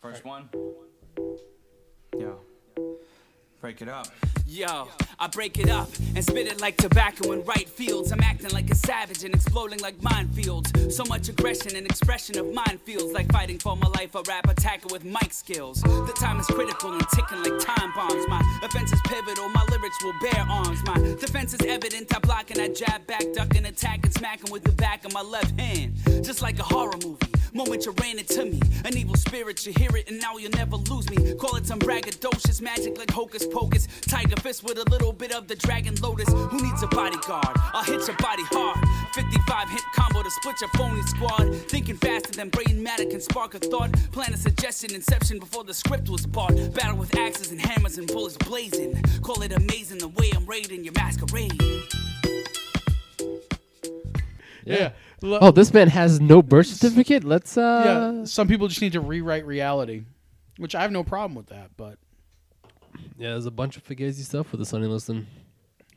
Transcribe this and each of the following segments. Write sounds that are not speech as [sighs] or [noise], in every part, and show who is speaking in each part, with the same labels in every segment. Speaker 1: First one. Yo. Break it up.
Speaker 2: Yo, I break it up and spit it like tobacco in right fields. I'm acting like a savage and exploding like minefields. So much aggression and expression of mine feels like fighting for my life. A rap attacker with mic skills. The time is critical and ticking like time bombs. My offense is pivotal, my lyrics will bear arms. My defense is evident. I block and I jab back, duck and attack and smack 'em with the back of my left hand. Just like a horror movie. Moment you ran into me, an evil spirit, you hear it, and now you'll never lose me. Call it some braggadocious magic like hocus pocus. Tiger fist with a little bit of the dragon lotus. Who needs a bodyguard? I'll hit your body hard. 55 hit combo to split your phony squad. Thinking faster than brain matter can spark a thought. Plan a suggestion, inception before the script was bought. Battle with axes and hammers and bullets blazing. Call it amazing the way I'm raiding your masquerade.
Speaker 3: Yeah. Lo-
Speaker 4: Oh, this man has no birth certificate. Let's uh
Speaker 3: yeah. Some people just need to rewrite reality, which I have no problem with that, but
Speaker 4: yeah. There's a bunch of fugazi stuff with the Sunny Listen.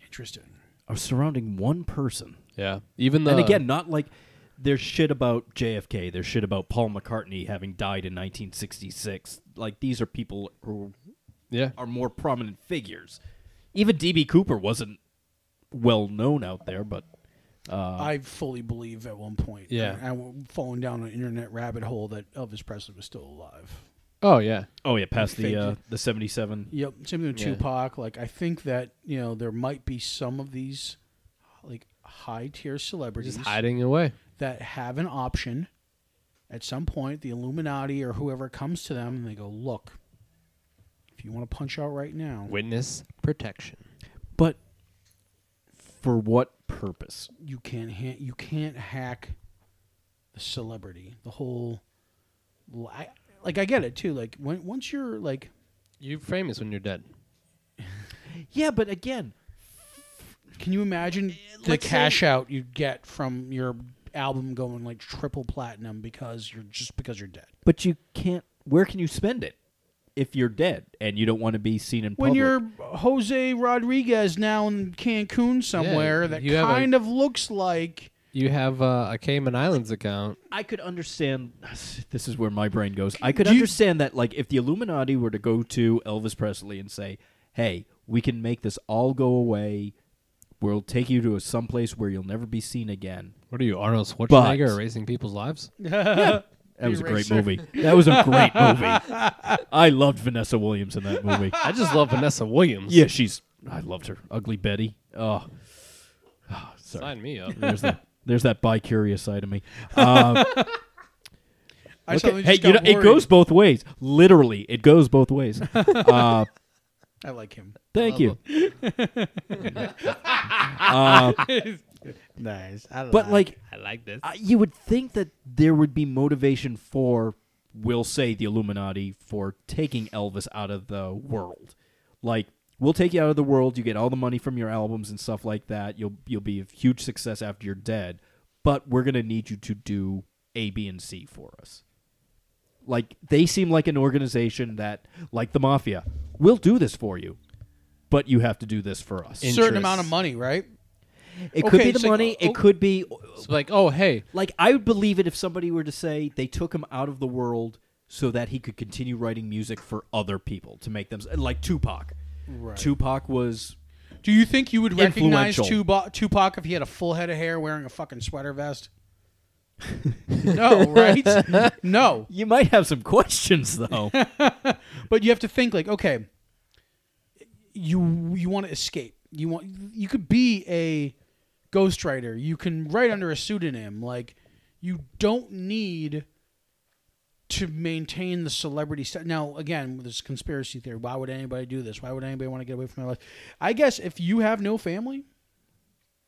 Speaker 3: interesting.
Speaker 5: Are surrounding one person.
Speaker 4: Yeah, even the
Speaker 5: and again, not like there's shit about JFK, there's shit about Paul McCartney having died in 1966. Like these are people who
Speaker 4: yeah,
Speaker 5: are more prominent figures. Even DB Cooper wasn't well known out there, but
Speaker 3: I fully believe at one point.
Speaker 4: Yeah.
Speaker 3: I, I was falling down an internet rabbit hole that Elvis Presley was still alive.
Speaker 4: oh yeah,
Speaker 5: oh yeah, past
Speaker 3: Fake
Speaker 5: the uh,
Speaker 3: it.
Speaker 5: the 77
Speaker 3: Yep. Same thing with
Speaker 4: Yeah.
Speaker 3: Tupac. Like I think that you know there might be some of these like high tier celebrities
Speaker 4: just hiding away.
Speaker 3: that have an option. At some point, the Illuminati or whoever comes to them and they go, "Look, if you want to punch out right now,
Speaker 4: Witness protection.
Speaker 5: But for what purpose?
Speaker 3: you can't ha- you can't hack the celebrity. The whole li- like I get it too. Like when once you're like
Speaker 4: You're famous when you're dead.
Speaker 5: Yeah, but again,
Speaker 3: Can you imagine the
Speaker 5: let's
Speaker 3: cash out you get from your album going like triple platinum because you're just because you're dead?
Speaker 5: but you can't. Where can you spend it if you're dead and you don't want to be seen in
Speaker 3: When
Speaker 5: public?
Speaker 3: you're Jose Rodriguez now in Cancun somewhere that
Speaker 4: you have a-
Speaker 3: kind of looks like
Speaker 4: You have uh, a Cayman Islands account.
Speaker 5: I could understand. [sighs] This is where my brain goes. I could
Speaker 3: Do you-
Speaker 5: understand that, like, if the Illuminati were to go to Elvis Presley and say, "Hey, we can make this all go away. We'll take you to a someplace where you'll never be seen again."
Speaker 4: What are you, Arnold
Speaker 5: But-
Speaker 4: Schwarzenegger, erasing people's lives?
Speaker 5: That was a great
Speaker 3: Eraser.
Speaker 5: movie. That was a great
Speaker 3: [laughs]
Speaker 5: movie. I loved Vanessa Williams in that movie.
Speaker 4: I just love Vanessa Williams.
Speaker 5: Yeah, she's. I loved her. Ugly Betty. Oh, Oh, sorry.
Speaker 4: sign me up.
Speaker 5: There's that. There's that bi-curious side of me. Um,
Speaker 3: I
Speaker 5: Look
Speaker 3: suddenly
Speaker 5: at- hey,
Speaker 3: just
Speaker 5: you know,
Speaker 3: got
Speaker 5: it
Speaker 3: worried.
Speaker 5: goes both ways. Literally, it goes both
Speaker 3: [laughs]
Speaker 5: ways. Uh,
Speaker 3: I like him.
Speaker 5: thank you.
Speaker 3: Nice. I
Speaker 5: But like,
Speaker 4: I like this.
Speaker 5: uh, you would think that there would be motivation for, we'll say, the Illuminati for taking Elvis out of the world. Like, we'll take you out of the world. You get all the money from your albums and stuff like that. You'll you'll be a huge success after you're dead. But we're gonna need you to do A, B, and C for us. Like they seem like an organization that, like the mafia, we'll do this for you, but you have to do this for us.
Speaker 3: certain
Speaker 4: Interest.
Speaker 3: amount of money, right?
Speaker 5: it
Speaker 3: okay,
Speaker 5: could be
Speaker 3: it's
Speaker 5: the
Speaker 3: like,
Speaker 5: money.
Speaker 3: oh-
Speaker 5: it could be
Speaker 4: It's like, oh hey,
Speaker 5: like I would believe it if somebody were to say they took him out of the world so that he could continue writing music for other people to make them like Tupac.
Speaker 3: Right.
Speaker 5: Tupac was
Speaker 3: Do you think you would recognize
Speaker 5: Influential.
Speaker 3: Tupac, Tupac if he had a full head of hair wearing a fucking sweater vest? no, right? No.
Speaker 5: you might have some questions though.
Speaker 3: But you have to think like, okay, you you want to escape. You want you could be a ghostwriter. You can write under a pseudonym. Like you don't need to maintain the celebrity status. Now, again, with this conspiracy theory, why would anybody do this? Why would anybody want to get away from their life? I guess if you have no family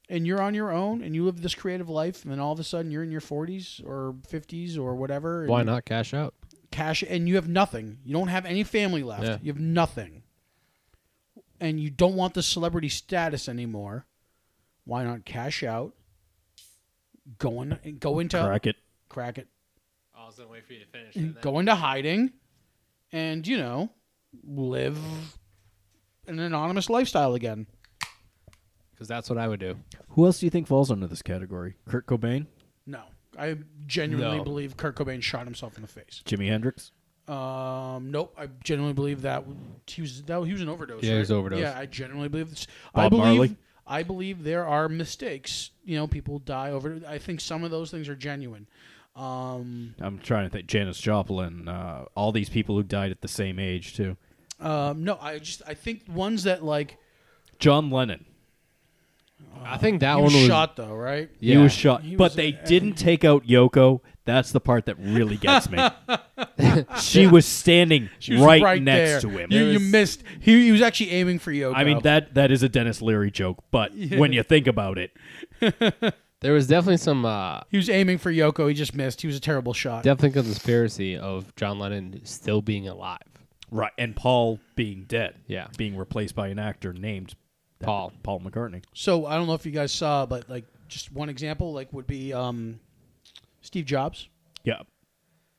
Speaker 3: and you're on your own and you live this creative life and then all of a sudden you're in your 40s or 50s or whatever and
Speaker 4: why not cash out?
Speaker 3: cash and you have nothing. You don't have any family left.
Speaker 4: Yeah.
Speaker 3: You have nothing. And you don't want the celebrity status anymore. Why not cash out? Go in, go into
Speaker 5: [laughs] Crack it.
Speaker 3: crack it.
Speaker 4: I was gonna wait for you to finish.
Speaker 3: Go into hiding and you know, live an anonymous lifestyle again.
Speaker 4: Because that's what I would do.
Speaker 5: Who else do you think falls under this category? Kurt Cobain,
Speaker 3: No. I genuinely
Speaker 4: No.
Speaker 3: believe Kurt Cobain shot himself in the face.
Speaker 5: Jimi Hendrix.
Speaker 3: Um, nope. I genuinely believe that w- he was that he was an overdose.
Speaker 4: Yeah, he
Speaker 3: right?
Speaker 4: was overdose.
Speaker 3: Yeah, I genuinely believe this. I
Speaker 5: Bob
Speaker 3: believe
Speaker 5: Marley?
Speaker 3: I believe there are mistakes. You know, people die over. I think some of those things are genuine. Um,
Speaker 5: I'm trying to think. Janis Joplin, uh, all these people who died at the same age too.
Speaker 3: um, no, I just I think ones that like
Speaker 5: John Lennon,
Speaker 4: I think that
Speaker 3: he
Speaker 4: one
Speaker 3: was
Speaker 4: was
Speaker 3: shot though, right?
Speaker 4: Yeah.
Speaker 5: he was shot,
Speaker 3: He
Speaker 5: but
Speaker 3: was a-
Speaker 5: they didn't take out Yoko. That's the part that really
Speaker 3: [laughs]
Speaker 5: gets me. she was standing
Speaker 3: He was
Speaker 5: right, next
Speaker 3: there.
Speaker 5: to him.
Speaker 3: You, you
Speaker 4: was-
Speaker 3: missed. He, he was actually aiming for Yoko.
Speaker 5: I mean that that is a Dennis Leary joke,
Speaker 3: [laughs]
Speaker 5: but when you think about it,
Speaker 4: There was definitely some uh,
Speaker 3: he was aiming for Yoko. He just missed. He was a terrible shot.
Speaker 4: definitely conspiracy of John Lennon still being alive.
Speaker 5: right? And Paul being dead,
Speaker 4: Yeah.
Speaker 5: being replaced by an actor named
Speaker 4: Paul.
Speaker 5: Paul McCartney.
Speaker 3: So I don't know if you guys saw, but like just one example, like would be um, Steve Jobs.
Speaker 5: Yeah,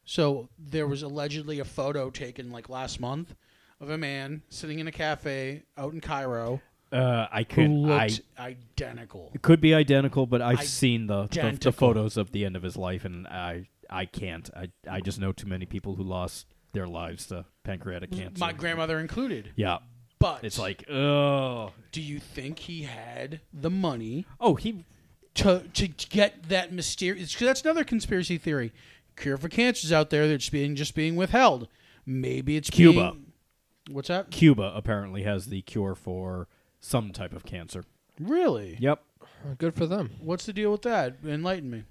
Speaker 3: So there was allegedly a photo taken like last month of a man sitting in a cafe out in Cairo
Speaker 5: uh, I could.
Speaker 3: who
Speaker 5: I
Speaker 3: looked identical.
Speaker 5: It could be identical, but I've seen the, the the
Speaker 3: Identical.
Speaker 5: photos of the end of his life, and I I can't. I I just know too many people who lost their lives to pancreatic cancer.
Speaker 3: My grandmother included.
Speaker 5: Yeah,
Speaker 3: But
Speaker 5: it's like oh
Speaker 3: do you think he had the money
Speaker 5: oh he
Speaker 3: to to get that mysterious? Because that's another conspiracy theory. Cure for cancer's out there that's being just being withheld. Maybe it's
Speaker 5: Cuba.
Speaker 3: being- what's that?
Speaker 5: Cuba apparently has the cure for some type of cancer.
Speaker 3: Really?
Speaker 5: Yep.
Speaker 4: Good for [laughs] them.
Speaker 3: What's the deal with that? Enlighten me.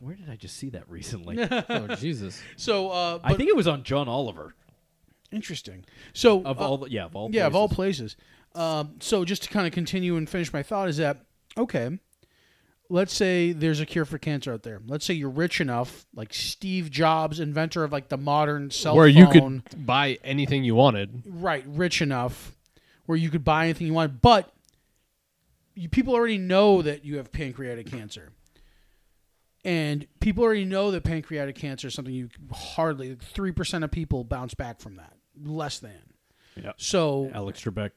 Speaker 5: Where did I just see that [laughs] recently?
Speaker 4: Oh Jesus!
Speaker 3: So, uh, but
Speaker 5: I think it was on John Oliver.
Speaker 3: interesting. So,
Speaker 5: Of
Speaker 3: uh,
Speaker 5: all, the, yeah, of all,
Speaker 3: yeah, of all
Speaker 5: places.
Speaker 3: places. Um, so, just to kind of continue and finish my thought is that okay? Let's say there's a cure for cancer out there. Let's say you're rich enough, like Steve Jobs, inventor of like the modern cell
Speaker 4: Where
Speaker 3: phone,
Speaker 4: you could buy anything you wanted.
Speaker 3: right? Rich enough where you could buy anything you want, but you, people already know that you have pancreatic cancer. And people already know that pancreatic cancer is something you hardly, 3% of people bounce back from that. Less than.
Speaker 5: Yeah.
Speaker 3: So,
Speaker 5: Alex Trebek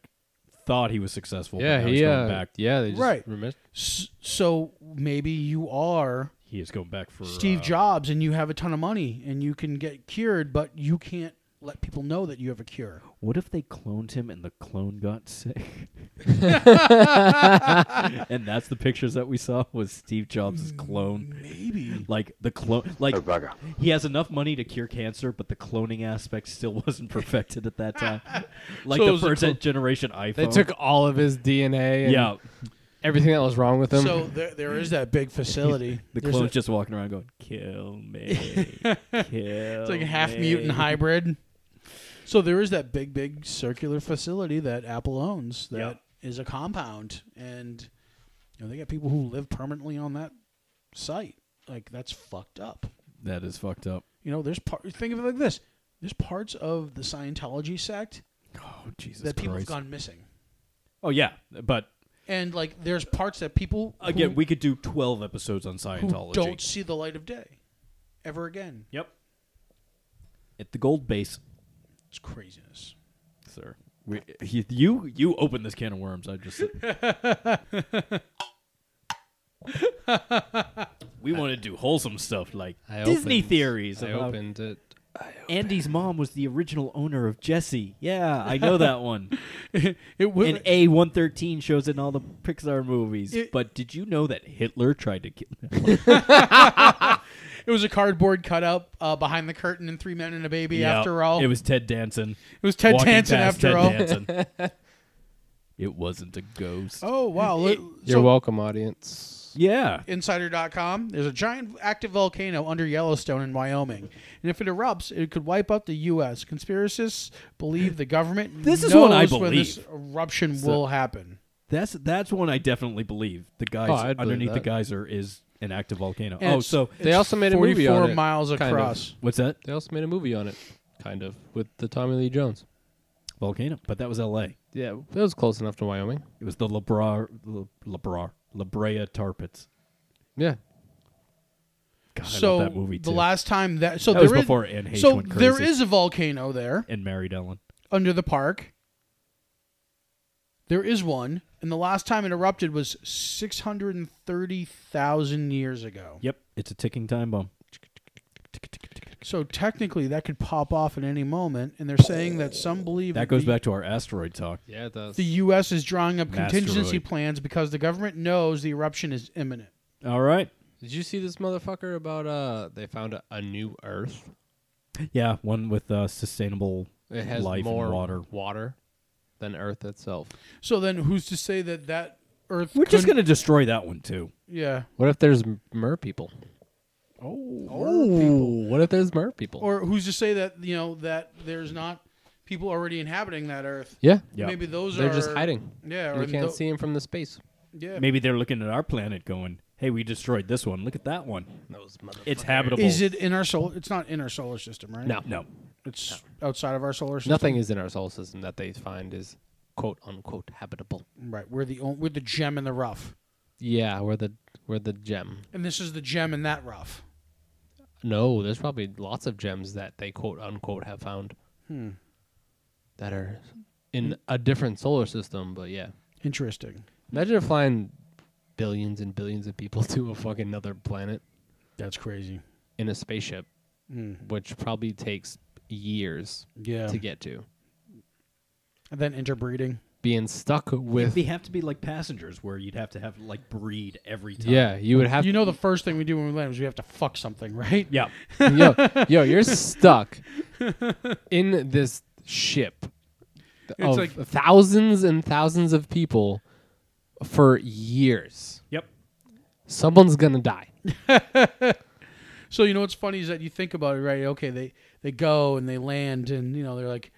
Speaker 5: thought he was successful.
Speaker 4: Yeah,
Speaker 5: but now he's
Speaker 4: he
Speaker 5: going
Speaker 4: uh,
Speaker 5: back.
Speaker 4: yeah, they just
Speaker 3: Right.
Speaker 4: remissed-
Speaker 3: s- so maybe you are
Speaker 5: He is going back for
Speaker 3: Steve
Speaker 5: uh,
Speaker 3: Jobs and you have a ton of money and you can get cured, but you can't let people know that you have a cure.
Speaker 5: What if they cloned him and the clone got [laughs] sick? and that's the pictures that we saw was Steve Jobs' clone.
Speaker 3: Maybe.
Speaker 5: Like the clone, like he has enough money to cure cancer, but the cloning aspect still [laughs] wasn't perfected at that [laughs] time. Like
Speaker 4: So it
Speaker 5: the
Speaker 4: was a
Speaker 5: first
Speaker 4: clo-
Speaker 5: generation iPhone.
Speaker 4: They took all of his DNA. And
Speaker 5: yeah.
Speaker 4: everything that was wrong with him.
Speaker 3: So there, there is that big facility.
Speaker 5: The
Speaker 3: There's
Speaker 5: clone's
Speaker 3: that-
Speaker 5: just walking around going, "Kill me,
Speaker 3: [laughs]
Speaker 5: kill."
Speaker 3: It's like a half mutant hybrid. Oh, [laughs] So there is that big, big circular facility that Apple owns that is
Speaker 5: Yep.
Speaker 3: a compound, and you know they got people who live permanently on that site. Like that's fucked up.
Speaker 5: That is fucked up.
Speaker 3: You know, there's part. Think of it like this: there's parts of the Scientology sect
Speaker 5: Oh Jesus
Speaker 3: that people have
Speaker 5: Christ.
Speaker 3: gone missing,
Speaker 5: oh yeah, but
Speaker 3: and like there's parts that people
Speaker 5: again,
Speaker 3: who,
Speaker 5: we could do twelve episodes on
Speaker 3: who
Speaker 5: Scientology.
Speaker 3: don't see the light of day ever again.
Speaker 5: Yep. At the gold base,
Speaker 3: It's craziness. [laughs]
Speaker 5: sir. We, you- you you open this can of worms.
Speaker 3: [laughs]
Speaker 5: I just. we want to do wholesome stuff like
Speaker 4: I
Speaker 5: Disney
Speaker 4: opened-
Speaker 5: theories.
Speaker 4: I
Speaker 5: about-
Speaker 4: opened it.
Speaker 5: Andy's mom was the original owner of Jesse. Yeah, I know
Speaker 3: [laughs]
Speaker 5: that one.
Speaker 3: It will.
Speaker 5: and A one thirteen shows in all the Pixar movies.
Speaker 3: It-
Speaker 5: but did you know that Hitler tried to kill?
Speaker 3: It was a cardboard cutout uh, behind the curtain and three men and a baby.
Speaker 5: [laughs] Yeah,
Speaker 3: after all,
Speaker 5: it was Ted Danson.
Speaker 3: It was Ted
Speaker 5: Walking
Speaker 3: Danson
Speaker 5: past
Speaker 3: after
Speaker 5: Ted
Speaker 3: all.
Speaker 5: Danson.
Speaker 3: [laughs]
Speaker 5: it wasn't a ghost.
Speaker 3: Oh wow! Look-
Speaker 4: You're
Speaker 3: so,
Speaker 4: welcome, audience.
Speaker 5: Yeah.
Speaker 3: Insider.com. There's a giant active volcano under Yellowstone in Wyoming, and if it erupts, it could wipe out the U.S. Conspiracists believe the government.
Speaker 5: [laughs] This is
Speaker 3: knows
Speaker 5: what I
Speaker 3: When this
Speaker 5: believe.
Speaker 3: eruption will happen.
Speaker 5: That's that's one I definitely believe. The
Speaker 4: Oh,
Speaker 5: guys
Speaker 4: I'd believe
Speaker 5: underneath the
Speaker 4: that.
Speaker 5: geyser is an active volcano.
Speaker 3: And
Speaker 5: oh,
Speaker 3: it's-
Speaker 5: so
Speaker 4: They
Speaker 3: it's
Speaker 4: also made a movie on
Speaker 3: 44
Speaker 4: it,
Speaker 3: miles
Speaker 4: kind of.
Speaker 3: across.
Speaker 5: what's that?
Speaker 4: They also made a movie on it, kind of, with the Tommy Lee Jones.
Speaker 5: Volcano, but that was L.A.
Speaker 4: Yeah, that was close enough to Wyoming.
Speaker 5: It was the La Bra, La, La Bra, La Brea Tar Pits.
Speaker 4: Yeah,
Speaker 5: God,
Speaker 3: So
Speaker 5: I love that movie too.
Speaker 3: the last time that so
Speaker 5: That
Speaker 3: there
Speaker 5: was
Speaker 3: is-
Speaker 5: before Anne Heche
Speaker 3: so
Speaker 5: went
Speaker 3: there
Speaker 5: crazy.
Speaker 3: is a volcano there
Speaker 5: and married Ellen.
Speaker 3: under the park. There is one, and the last time it erupted was 630,000 years ago.
Speaker 5: Yep, it's a ticking time bomb. disk.
Speaker 3: So technically, that could pop off at any moment, and they're saying that some believe
Speaker 5: That goes
Speaker 3: the,
Speaker 5: back to our asteroid talk.
Speaker 4: Yeah, it does.
Speaker 3: The U.S. is drawing up contingency
Speaker 5: Masteroid.
Speaker 3: plans because the government knows the eruption is imminent.
Speaker 5: All right.
Speaker 4: Did you see this motherfucker about uh? They found a, a new Earth.
Speaker 5: Yeah, one with uh, sustainable
Speaker 4: It has
Speaker 5: life
Speaker 4: more
Speaker 5: and water.
Speaker 4: water than Earth itself.
Speaker 3: So then, who's to say that that Earth?
Speaker 5: We're just
Speaker 3: couldn't-
Speaker 5: gonna destroy that one too.
Speaker 3: yeah.
Speaker 4: What if there's m- mer people?
Speaker 5: Oh,
Speaker 4: What if there's mer people?
Speaker 3: Or who's to say that you know that there's not people already inhabiting that Earth?
Speaker 4: yeah,
Speaker 5: Yeah.
Speaker 3: Maybe those
Speaker 4: they're
Speaker 3: are
Speaker 4: just hiding.
Speaker 3: Yeah,
Speaker 4: we
Speaker 3: or
Speaker 4: can't
Speaker 3: tho-
Speaker 4: see them from the space.
Speaker 3: Yeah.
Speaker 5: maybe they're looking at our planet, going, "Hey, we destroyed this one. Look at that one.
Speaker 4: Those
Speaker 5: It's habitable."
Speaker 3: Is it in our solar? It's not in our solar system, right?
Speaker 4: No,
Speaker 5: No.
Speaker 3: It's outside of our solar system.
Speaker 4: Nothing is in our solar system that they find is quote unquote habitable.
Speaker 3: Right. We're the on- we're the gem in the rough,
Speaker 4: Yeah, we're the we're the gem.
Speaker 3: and this is the gem in that rough.
Speaker 4: No, there's probably lots of gems that they quote unquote have found
Speaker 3: Hmm.
Speaker 4: that are in a different solar system. But yeah,
Speaker 3: Interesting.
Speaker 4: imagine if flying billions and billions of people [laughs] to a fucking another planet
Speaker 3: That's crazy. Hmm.
Speaker 4: in a spaceship, which probably takes years
Speaker 3: Yeah.
Speaker 4: to get to.
Speaker 3: And then interbreeding.
Speaker 4: Being stuck with
Speaker 5: They have to be like passengers, where you'd have to have like breed every time.
Speaker 4: yeah, you would have
Speaker 3: You know, the first thing we do when we land is we have to fuck something, [laughs] right?
Speaker 5: yeah.
Speaker 4: yo, yo,
Speaker 3: [laughs]
Speaker 4: you're stuck in this ship of
Speaker 3: like-
Speaker 4: thousands and thousands of people for years.
Speaker 5: Yep.
Speaker 4: Someone's gonna
Speaker 3: [laughs]
Speaker 4: die.
Speaker 3: So you know what's funny is that you think about it, right? Okay, they they go and they land, and you know they're like,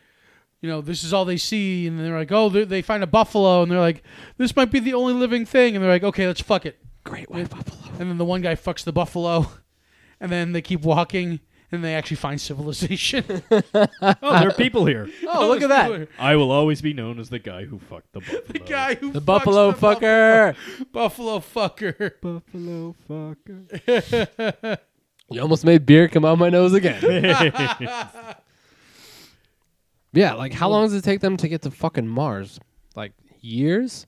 Speaker 3: you know, this is all they see, and they're like, oh, they- they find a buffalo, and they're like, this might be the only living thing, and they're like, okay, let's fuck it.
Speaker 4: Great white buffalo.
Speaker 3: And then the one guy fucks the buffalo, [laughs] and then they keep walking, and they actually find
Speaker 4: [laughs]
Speaker 3: civilization.
Speaker 5: Oh, there are people here.
Speaker 4: Oh, look at that.
Speaker 5: I will always be known as the guy who fucked the buffalo.
Speaker 3: The guy who
Speaker 4: The
Speaker 3: fucks
Speaker 4: buffalo
Speaker 3: the buff-
Speaker 4: fucker.
Speaker 3: buffalo fucker.
Speaker 5: Buffalo fucker.
Speaker 4: You almost made beer come out my nose
Speaker 3: [laughs]
Speaker 4: again. [laughs] yeah, like how long does it take them to get to fucking Mars? Like years?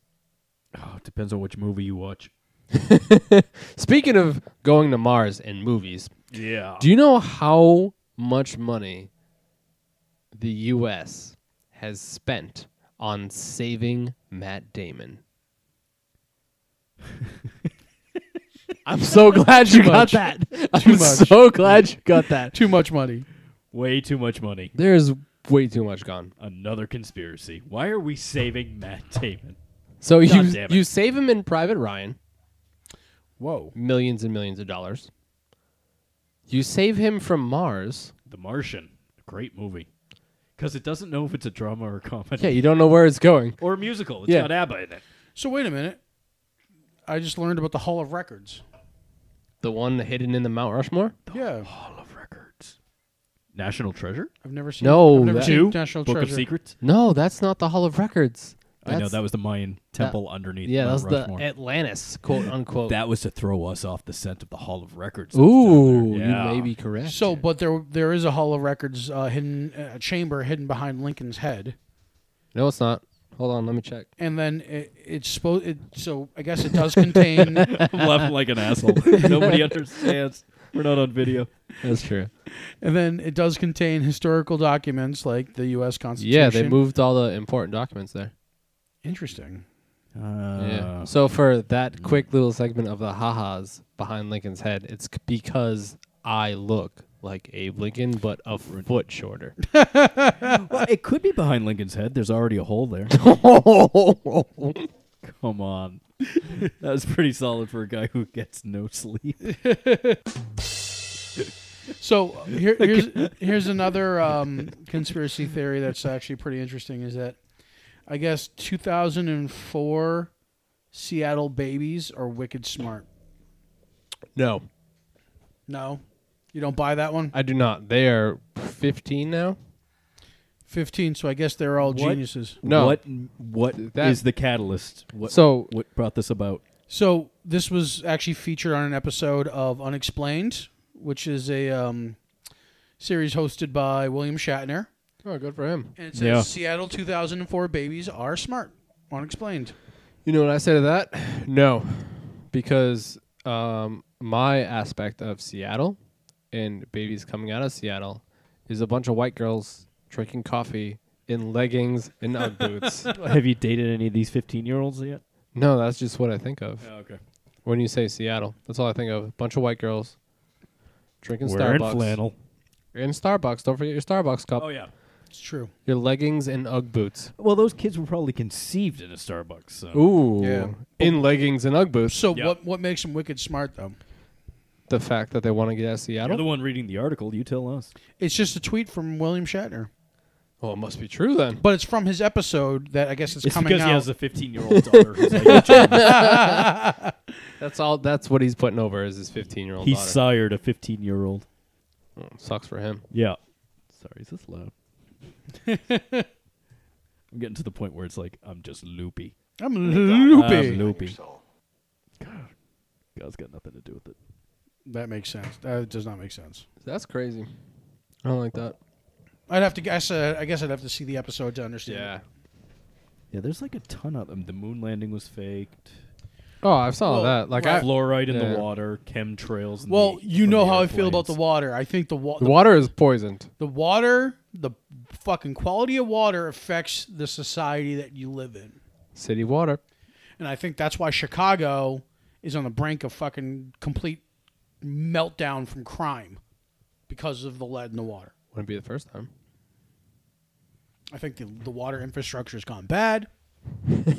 Speaker 5: Oh, it depends on which movie you watch.
Speaker 4: Speaking of going to Mars in movies,
Speaker 5: Yeah.
Speaker 4: Do you know how much money the U.S. has spent on saving Matt
Speaker 3: [laughs]
Speaker 4: Damon? I'm so glad you got
Speaker 3: much.
Speaker 4: that.
Speaker 3: Too
Speaker 4: I'm
Speaker 3: much.
Speaker 4: so glad you got that.
Speaker 3: [laughs] Too much money.
Speaker 5: Way too much money.
Speaker 4: There's way too much gone.
Speaker 5: Another conspiracy. Why are we saving Matt Damon?
Speaker 4: So
Speaker 5: God
Speaker 4: you
Speaker 5: damn it.
Speaker 4: you save him in Private Ryan,
Speaker 5: Whoa.
Speaker 4: millions and millions of dollars. You save him from Mars.
Speaker 5: The Martian. A great movie. Because it doesn't know if it's a drama or a comedy.
Speaker 4: Yeah, you don't know where it's going.
Speaker 5: Or a musical. It's
Speaker 4: Yeah.
Speaker 5: got ABBA in it.
Speaker 3: So wait a minute. I just learned about the Hall of Records.
Speaker 4: The one hidden in the Mount Rushmore.
Speaker 3: yeah,
Speaker 5: Hall of Records. National Treasure?
Speaker 3: I've never seen.
Speaker 4: No,
Speaker 3: I've never
Speaker 4: that-
Speaker 3: seen
Speaker 5: Two?
Speaker 3: National
Speaker 5: Book
Speaker 3: Treasure.
Speaker 5: of Secrets?
Speaker 4: No, that's not the Hall of Records.
Speaker 5: I know,
Speaker 4: That's-
Speaker 5: that was the Mayan temple underneath
Speaker 4: Yeah, that
Speaker 5: Mount
Speaker 4: was
Speaker 5: Rushmore.
Speaker 4: the Atlantis,
Speaker 5: [laughs]
Speaker 4: quote unquote.
Speaker 5: that was to throw us off the scent of the Hall of Records.
Speaker 4: Ooh,
Speaker 5: Yeah.
Speaker 4: you may be correct.
Speaker 3: So, but there there is a Hall of Records uh, hidden a chamber hidden behind Lincoln's head,
Speaker 4: no, it's not. Hold on, let me check.
Speaker 3: and then it, it's supposed. It, so I guess it does
Speaker 4: [laughs]
Speaker 3: contain. and
Speaker 5: [laughs] left like an asshole. Nobody understands. We're not on video.
Speaker 4: That's true.
Speaker 3: then it does contain historical documents like the U.S. Constitution.
Speaker 4: yeah, they moved all the important documents there.
Speaker 3: Interesting.
Speaker 4: yeah. Uh, So for that quick little segment of the ha-has behind Lincoln's head, it's c- because I look like Abe Lincoln, but a foot shorter.
Speaker 5: Well, Uh, it could be behind Lincoln's head. There's already a
Speaker 4: [laughs]
Speaker 5: hole there. Come on. That was pretty solid for a guy who gets no sleep.
Speaker 3: So
Speaker 4: [laughs]
Speaker 3: uh, here, here's here's another um, conspiracy theory that's actually pretty interesting. Is that I guess 2004 Seattle babies are wicked smart.
Speaker 4: no,
Speaker 3: No, you don't buy that one.
Speaker 4: I do not. They are 15 now.
Speaker 3: 15. So I guess they're all
Speaker 5: What?
Speaker 3: geniuses.
Speaker 4: No.
Speaker 5: What what is
Speaker 4: That-
Speaker 5: the catalyst? What
Speaker 4: So-
Speaker 5: what brought this about?
Speaker 3: So this was actually featured on an episode of Unexplained, which is a um, series hosted by William Shatner,
Speaker 4: Oh, good for him.
Speaker 3: and it says
Speaker 5: Yeah.
Speaker 3: Seattle 2004 babies are smart. Unexplained.
Speaker 4: You know what I say to that? No, because um, my aspect of Seattle and babies coming out of Seattle is a bunch of white girls drinking coffee in leggings and UGG [laughs] boots.
Speaker 6: Have you dated any of these 15 year olds yet?
Speaker 4: No, that's just what I think of
Speaker 5: Oh, okay.
Speaker 4: when you say Seattle. That's all I think of. A bunch of white girls drinking
Speaker 6: Wearing
Speaker 4: Starbucks.
Speaker 6: flannel.
Speaker 4: In Starbucks. Don't forget your Starbucks cup.
Speaker 5: Oh yeah.
Speaker 3: It's true.
Speaker 4: Your leggings and UGG boots.
Speaker 5: Well, those kids were probably conceived in a Starbucks. So.
Speaker 4: Ooh.
Speaker 3: Yeah.
Speaker 4: In leggings and UGG boots.
Speaker 3: So
Speaker 5: Yeah.
Speaker 3: what what makes them wicked smart though?
Speaker 4: The fact that they want to get out of
Speaker 5: You're the
Speaker 4: Seattle.
Speaker 5: one reading the article. You tell us.
Speaker 3: It's just a tweet from William Shatner,
Speaker 4: Well, it must be true then.
Speaker 3: but it's from his episode that I guess it's,
Speaker 5: It's
Speaker 3: coming
Speaker 5: because
Speaker 3: out.
Speaker 5: he has a 15 year old daughter. Who's [laughs] like,
Speaker 4: That's all. That's what he's putting over is his 15 year old
Speaker 6: He
Speaker 4: daughter.
Speaker 6: sired a 15 year old.
Speaker 4: Oh, sucks for him.
Speaker 6: Yeah. Sorry, is this
Speaker 5: [laughs]
Speaker 6: loud?
Speaker 5: I'm getting to the point where it's like I'm just loopy. [laughs]
Speaker 3: I'm loopy.
Speaker 6: I'm loopy.
Speaker 5: God's got nothing to do with it.
Speaker 3: that makes sense. That does not make sense.
Speaker 4: That's crazy. I don't like that.
Speaker 3: I'd have to guess. Uh, I guess I'd have to see the episode to understand. it.
Speaker 5: Yeah, there's like a ton of them. The moon landing was faked.
Speaker 4: Oh, I saw
Speaker 3: Well,
Speaker 4: that. Like I,
Speaker 5: Fluoride in
Speaker 4: yeah.
Speaker 5: the water, chemtrails. in
Speaker 3: Well,
Speaker 5: the-
Speaker 3: you
Speaker 5: from
Speaker 3: know
Speaker 5: the
Speaker 3: how I feel about the
Speaker 5: airplanes.
Speaker 3: water. I think the, wa-
Speaker 4: the water is poisoned.
Speaker 3: the water, the fucking quality of water affects the society that you live in.
Speaker 4: City water.
Speaker 3: And I think that's why Chicago is on the brink of fucking complete meltdown from crime because of the lead in the water.
Speaker 4: Wouldn't be the first time.
Speaker 3: I think the, the water infrastructure has
Speaker 4: [laughs]
Speaker 3: gone bad. and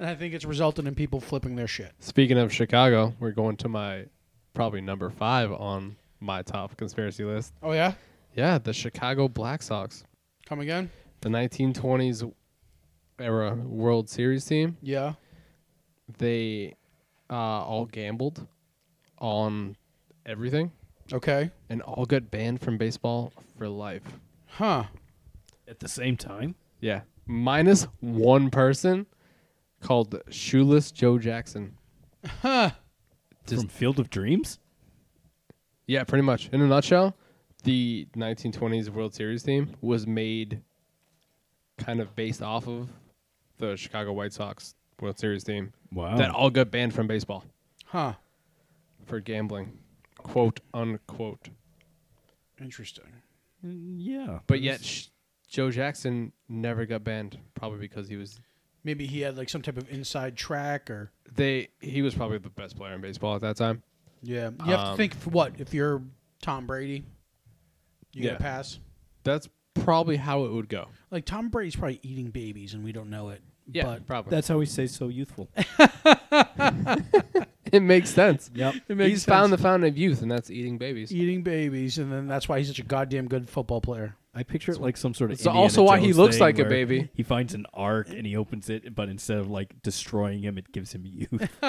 Speaker 3: I think it's resulted in people flipping their shit.
Speaker 4: Speaking of Chicago, we're going to my probably number five on my top conspiracy list.
Speaker 3: Oh, yeah?
Speaker 4: Yeah, the Chicago Black Sox,
Speaker 3: Come again?
Speaker 4: the 1920s era World Series team.
Speaker 3: Yeah.
Speaker 4: They uh, all gambled on everything
Speaker 3: Okay.
Speaker 4: and all got banned from baseball for life.
Speaker 3: Huh.
Speaker 5: at the same time.
Speaker 4: Yeah. Minus one person called Shoeless Joe Jackson. Just-
Speaker 5: from Field of Dreams.
Speaker 4: Yeah, pretty much. In a nutshell, the 1920s World Series team was made kind of based off of the Chicago White Sox World Series team
Speaker 5: Wow.
Speaker 4: that all got banned from baseball
Speaker 3: Huh.
Speaker 4: for gambling, quote unquote.
Speaker 3: Interesting.
Speaker 5: Mm, yeah.
Speaker 4: But yet, sh- Joe Jackson never got banned, probably because he was
Speaker 3: Maybe he had like some type of inside track or.
Speaker 4: they he was probably the best player in baseball at that time.
Speaker 3: Yeah. You have to
Speaker 4: Um,
Speaker 3: think for what? If you're Tom Brady, you
Speaker 4: Yeah.
Speaker 3: get a pass.
Speaker 4: That's probably how it would go.
Speaker 3: Like Tom Brady's probably eating babies and we don't know it.
Speaker 4: Yeah,
Speaker 3: But
Speaker 4: probably.
Speaker 5: That's how he stays so youthful.
Speaker 4: [laughs] it makes sense.
Speaker 5: yep.
Speaker 4: he's found the fountain of youth, and that's eating babies.
Speaker 3: eating babies and then that's why he's such a goddamn good football player. [laughs]
Speaker 5: I picture it like some sort of.
Speaker 4: It's
Speaker 5: Indiana
Speaker 4: also why he
Speaker 5: Jones
Speaker 4: looks
Speaker 5: thing
Speaker 4: like a
Speaker 5: where
Speaker 4: baby.
Speaker 5: He finds an ark and he opens it, but instead of like destroying him, it gives him youth.
Speaker 4: [laughs]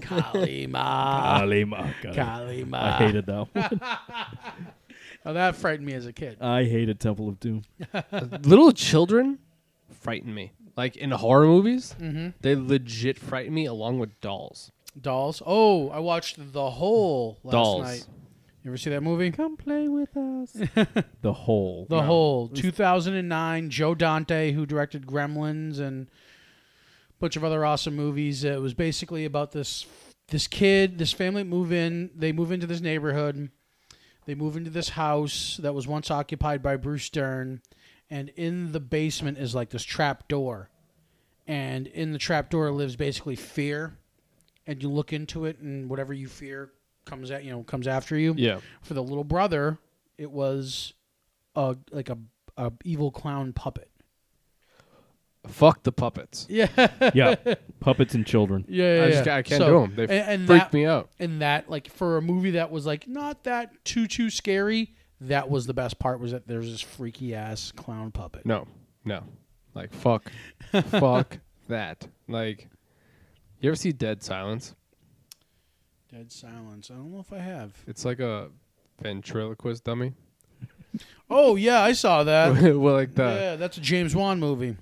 Speaker 3: Kalima. [laughs]
Speaker 5: Ali, my God. I
Speaker 3: Kalima.
Speaker 5: hated that.
Speaker 4: [laughs]
Speaker 5: one.
Speaker 3: Now that frightened me as a kid.
Speaker 5: I hated Temple of Doom.
Speaker 4: Little children frighten me. Like in horror movies,
Speaker 3: Mm-hmm.
Speaker 4: they legit frighten me along with dolls.
Speaker 3: Dolls. Oh, I watched The Hole last
Speaker 4: dolls.
Speaker 3: night. You ever see that movie?
Speaker 6: Come play with us.
Speaker 5: The whole.
Speaker 3: The Hole, 2009. Joe Dante, who directed Gremlins and a bunch of other awesome movies. It was basically about this this kid, this family move in. They move into this neighborhood. They move into this house that was once occupied by Bruce Dern, and in the basement is like this trap door, and in the trap door lives basically fear, and you look into it, and whatever you fear comes at you know comes after you
Speaker 4: Yeah.
Speaker 3: for the little brother, it was a like a, a evil clown puppet.
Speaker 4: Fuck the puppets.
Speaker 3: Yeah,
Speaker 5: yeah.
Speaker 4: [laughs]
Speaker 5: Puppets and children.
Speaker 3: yeah,
Speaker 4: I just ca- I can't do 'em. They
Speaker 3: and, and
Speaker 4: freak
Speaker 3: that,
Speaker 4: me out.
Speaker 3: And that like for a movie that was like not that too too scary. That was the best part was that there's this freaky ass clown puppet.
Speaker 4: No, no. Like
Speaker 3: [laughs]
Speaker 4: fuck, fuck that. Like, you ever see Dead Silence?
Speaker 3: Dead silence. I don't know if I have.
Speaker 4: It's like a ventriloquist dummy.
Speaker 3: Oh yeah, I saw
Speaker 4: [laughs]
Speaker 3: that.
Speaker 4: well, like the
Speaker 3: yeah, that's a James Wan movie.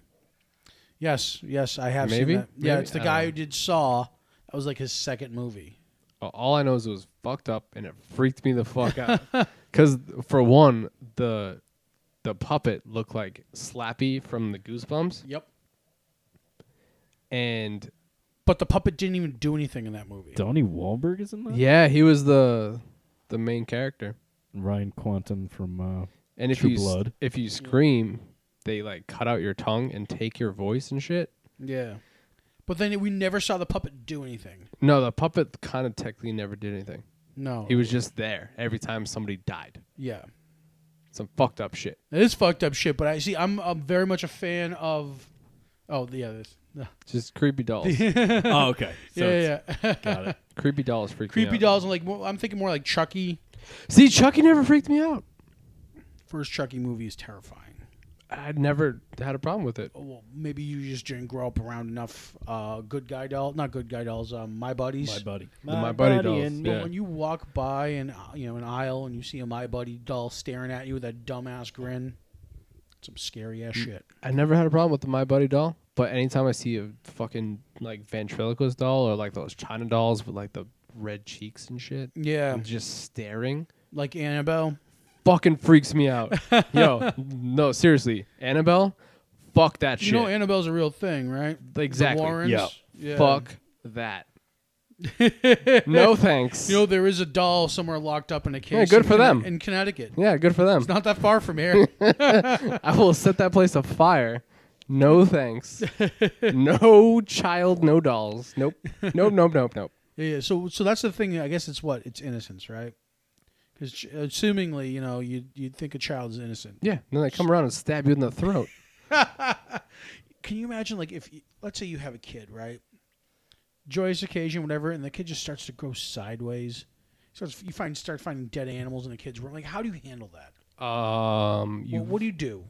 Speaker 3: Yes, yes, I have
Speaker 4: Maybe?
Speaker 3: seen that. Yeah,
Speaker 4: Maybe?
Speaker 3: it's the
Speaker 4: I
Speaker 3: guy
Speaker 4: don't
Speaker 3: who did Saw. That was like his second movie.
Speaker 4: A- all I know is it was fucked up and it freaked me the fuck out. [laughs] Because for one, the the puppet looked like Slappy from the Goosebumps,
Speaker 3: Yep.
Speaker 4: and
Speaker 3: But the puppet didn't even do anything in that movie.
Speaker 5: Donnie Wahlberg is in that?
Speaker 4: yeah, he was the the main character.
Speaker 6: Ryan Quantum from uh,
Speaker 4: And if
Speaker 6: True
Speaker 4: you s-
Speaker 6: Blood.
Speaker 4: if you scream, they like cut out your tongue and take your voice and shit.
Speaker 3: Yeah. But then we never saw the puppet do anything.
Speaker 4: No, the puppet kind of technically never did anything.
Speaker 3: No.
Speaker 4: He was just there every time somebody died.
Speaker 3: Yeah.
Speaker 4: Some fucked up shit.
Speaker 3: It is fucked up shit, but I see. I'm, I'm very much a fan of. Oh yeah, this. yeah,
Speaker 4: Just
Speaker 6: [laughs]
Speaker 4: creepy dolls.
Speaker 3: [laughs]
Speaker 5: oh, okay. So it's-
Speaker 3: yeah, yeah.
Speaker 5: Got it.
Speaker 4: creepy dolls freak me
Speaker 3: Creepy
Speaker 4: out.
Speaker 3: dolls and like more, I'm thinking more like Chucky.
Speaker 4: See, Chucky never freaked me out.
Speaker 3: First Chucky movie is terrifying.
Speaker 4: I never had a problem with it.
Speaker 3: Oh, well, maybe you just didn't grow up around enough uh, good guy doll, not good guy dolls. Um, my buddies.
Speaker 5: My buddy.
Speaker 4: The My Buddy dolls,
Speaker 3: But
Speaker 4: yeah.
Speaker 3: When you walk by an uh, you know an aisle and you see a my buddy doll staring at you with that dumbass grin, some scary ass shit.
Speaker 4: I never had a problem with the My Buddy doll, but anytime I see a fucking like ventriloquist doll or like those China dolls with like the red cheeks and shit,
Speaker 3: Yeah,
Speaker 4: and just staring,
Speaker 3: like Annabelle.
Speaker 4: fucking freaks me
Speaker 3: [laughs]
Speaker 4: out. Yo, no, seriously, Annabelle, fuck that
Speaker 3: You
Speaker 4: shit.
Speaker 3: know Annabelle's a real thing, right? The
Speaker 4: Exactly.
Speaker 3: Warrens.
Speaker 5: Yeah.
Speaker 3: Yeah.
Speaker 4: Fuck that.
Speaker 3: [laughs]
Speaker 4: no thanks.
Speaker 3: You know, there is a doll somewhere locked up in a case.
Speaker 4: good
Speaker 3: in
Speaker 4: for
Speaker 3: Conne-
Speaker 4: them.
Speaker 3: In Connecticut.
Speaker 4: yeah, good for them.
Speaker 3: It's not that far from
Speaker 4: [laughs]
Speaker 3: here.
Speaker 4: I will set that place afire. No [laughs] thanks. no child, no dolls. Nope. Nope, nope, nope, nope.
Speaker 3: yeah, so so that's the thing. I guess it's what? It's innocence, right? Because assumingly, you know, you you'd think a child's innocent.
Speaker 4: Yeah, then they come around and stab you in the throat.
Speaker 3: Can you imagine, like, if you, let's say you have a kid, right? Joyous occasion, whatever, and the kid just starts to go sideways. Starts you find start finding dead animals in the kid's room. Like, how do you handle that?
Speaker 4: Um, you, uh,
Speaker 3: well, what do
Speaker 4: [laughs]
Speaker 3: you do?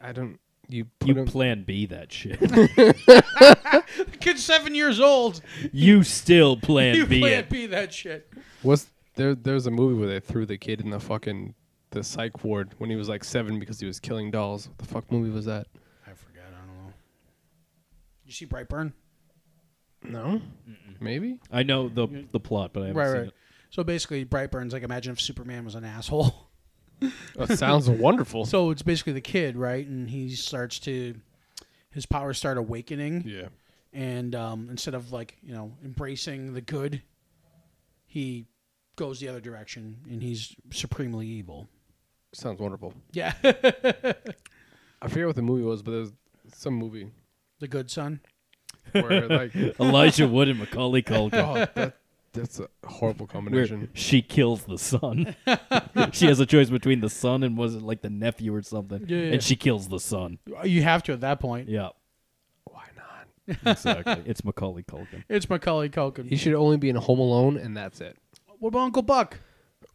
Speaker 4: I don't. You put
Speaker 5: You
Speaker 4: him-
Speaker 5: plan B
Speaker 6: [laughs]
Speaker 5: that shit.
Speaker 3: The kid's seven years old.
Speaker 5: you still
Speaker 3: you
Speaker 5: plan B
Speaker 3: can't
Speaker 5: it.
Speaker 3: be that shit.
Speaker 4: What's there? There's a movie where they threw the kid in the fucking the psych ward when he was like seven because he was killing dolls. What the fuck movie was that?
Speaker 3: I forgot. I don't know. You see Brightburn?
Speaker 4: No, maybe.
Speaker 6: I know the the plot, but I haven't
Speaker 3: Right,
Speaker 6: seen
Speaker 3: right.
Speaker 6: it.
Speaker 3: So basically, Brightburn's like imagine if Superman was an asshole. [laughs]
Speaker 4: That sounds wonderful.
Speaker 3: So it's basically the kid, right? And he starts to his powers start awakening,
Speaker 4: yeah,
Speaker 3: and um, instead of like you know embracing the good, he goes the other direction, and he's supremely evil. [laughs]
Speaker 4: sounds wonderful.
Speaker 3: Yeah,
Speaker 4: I forget what the movie was, but there's some movie
Speaker 3: the good son.
Speaker 4: where [laughs] like,
Speaker 6: Elijah Wood and
Speaker 3: [laughs]
Speaker 6: Macaulay Culkin.
Speaker 4: oh, that, that's a horrible
Speaker 6: Where
Speaker 4: combination.
Speaker 6: she kills the
Speaker 3: [laughs]
Speaker 6: son. she has a choice between the son and was it like the nephew or something?
Speaker 3: Yeah, yeah.
Speaker 6: And she kills the son.
Speaker 3: You have to at that point.
Speaker 6: Yeah,
Speaker 4: Why not?
Speaker 3: [laughs]
Speaker 6: exactly. it's Macaulay Culkin.
Speaker 3: It's Macaulay Culkin.
Speaker 4: He should only be in Home Alone, and that's it.
Speaker 3: What about Uncle Buck?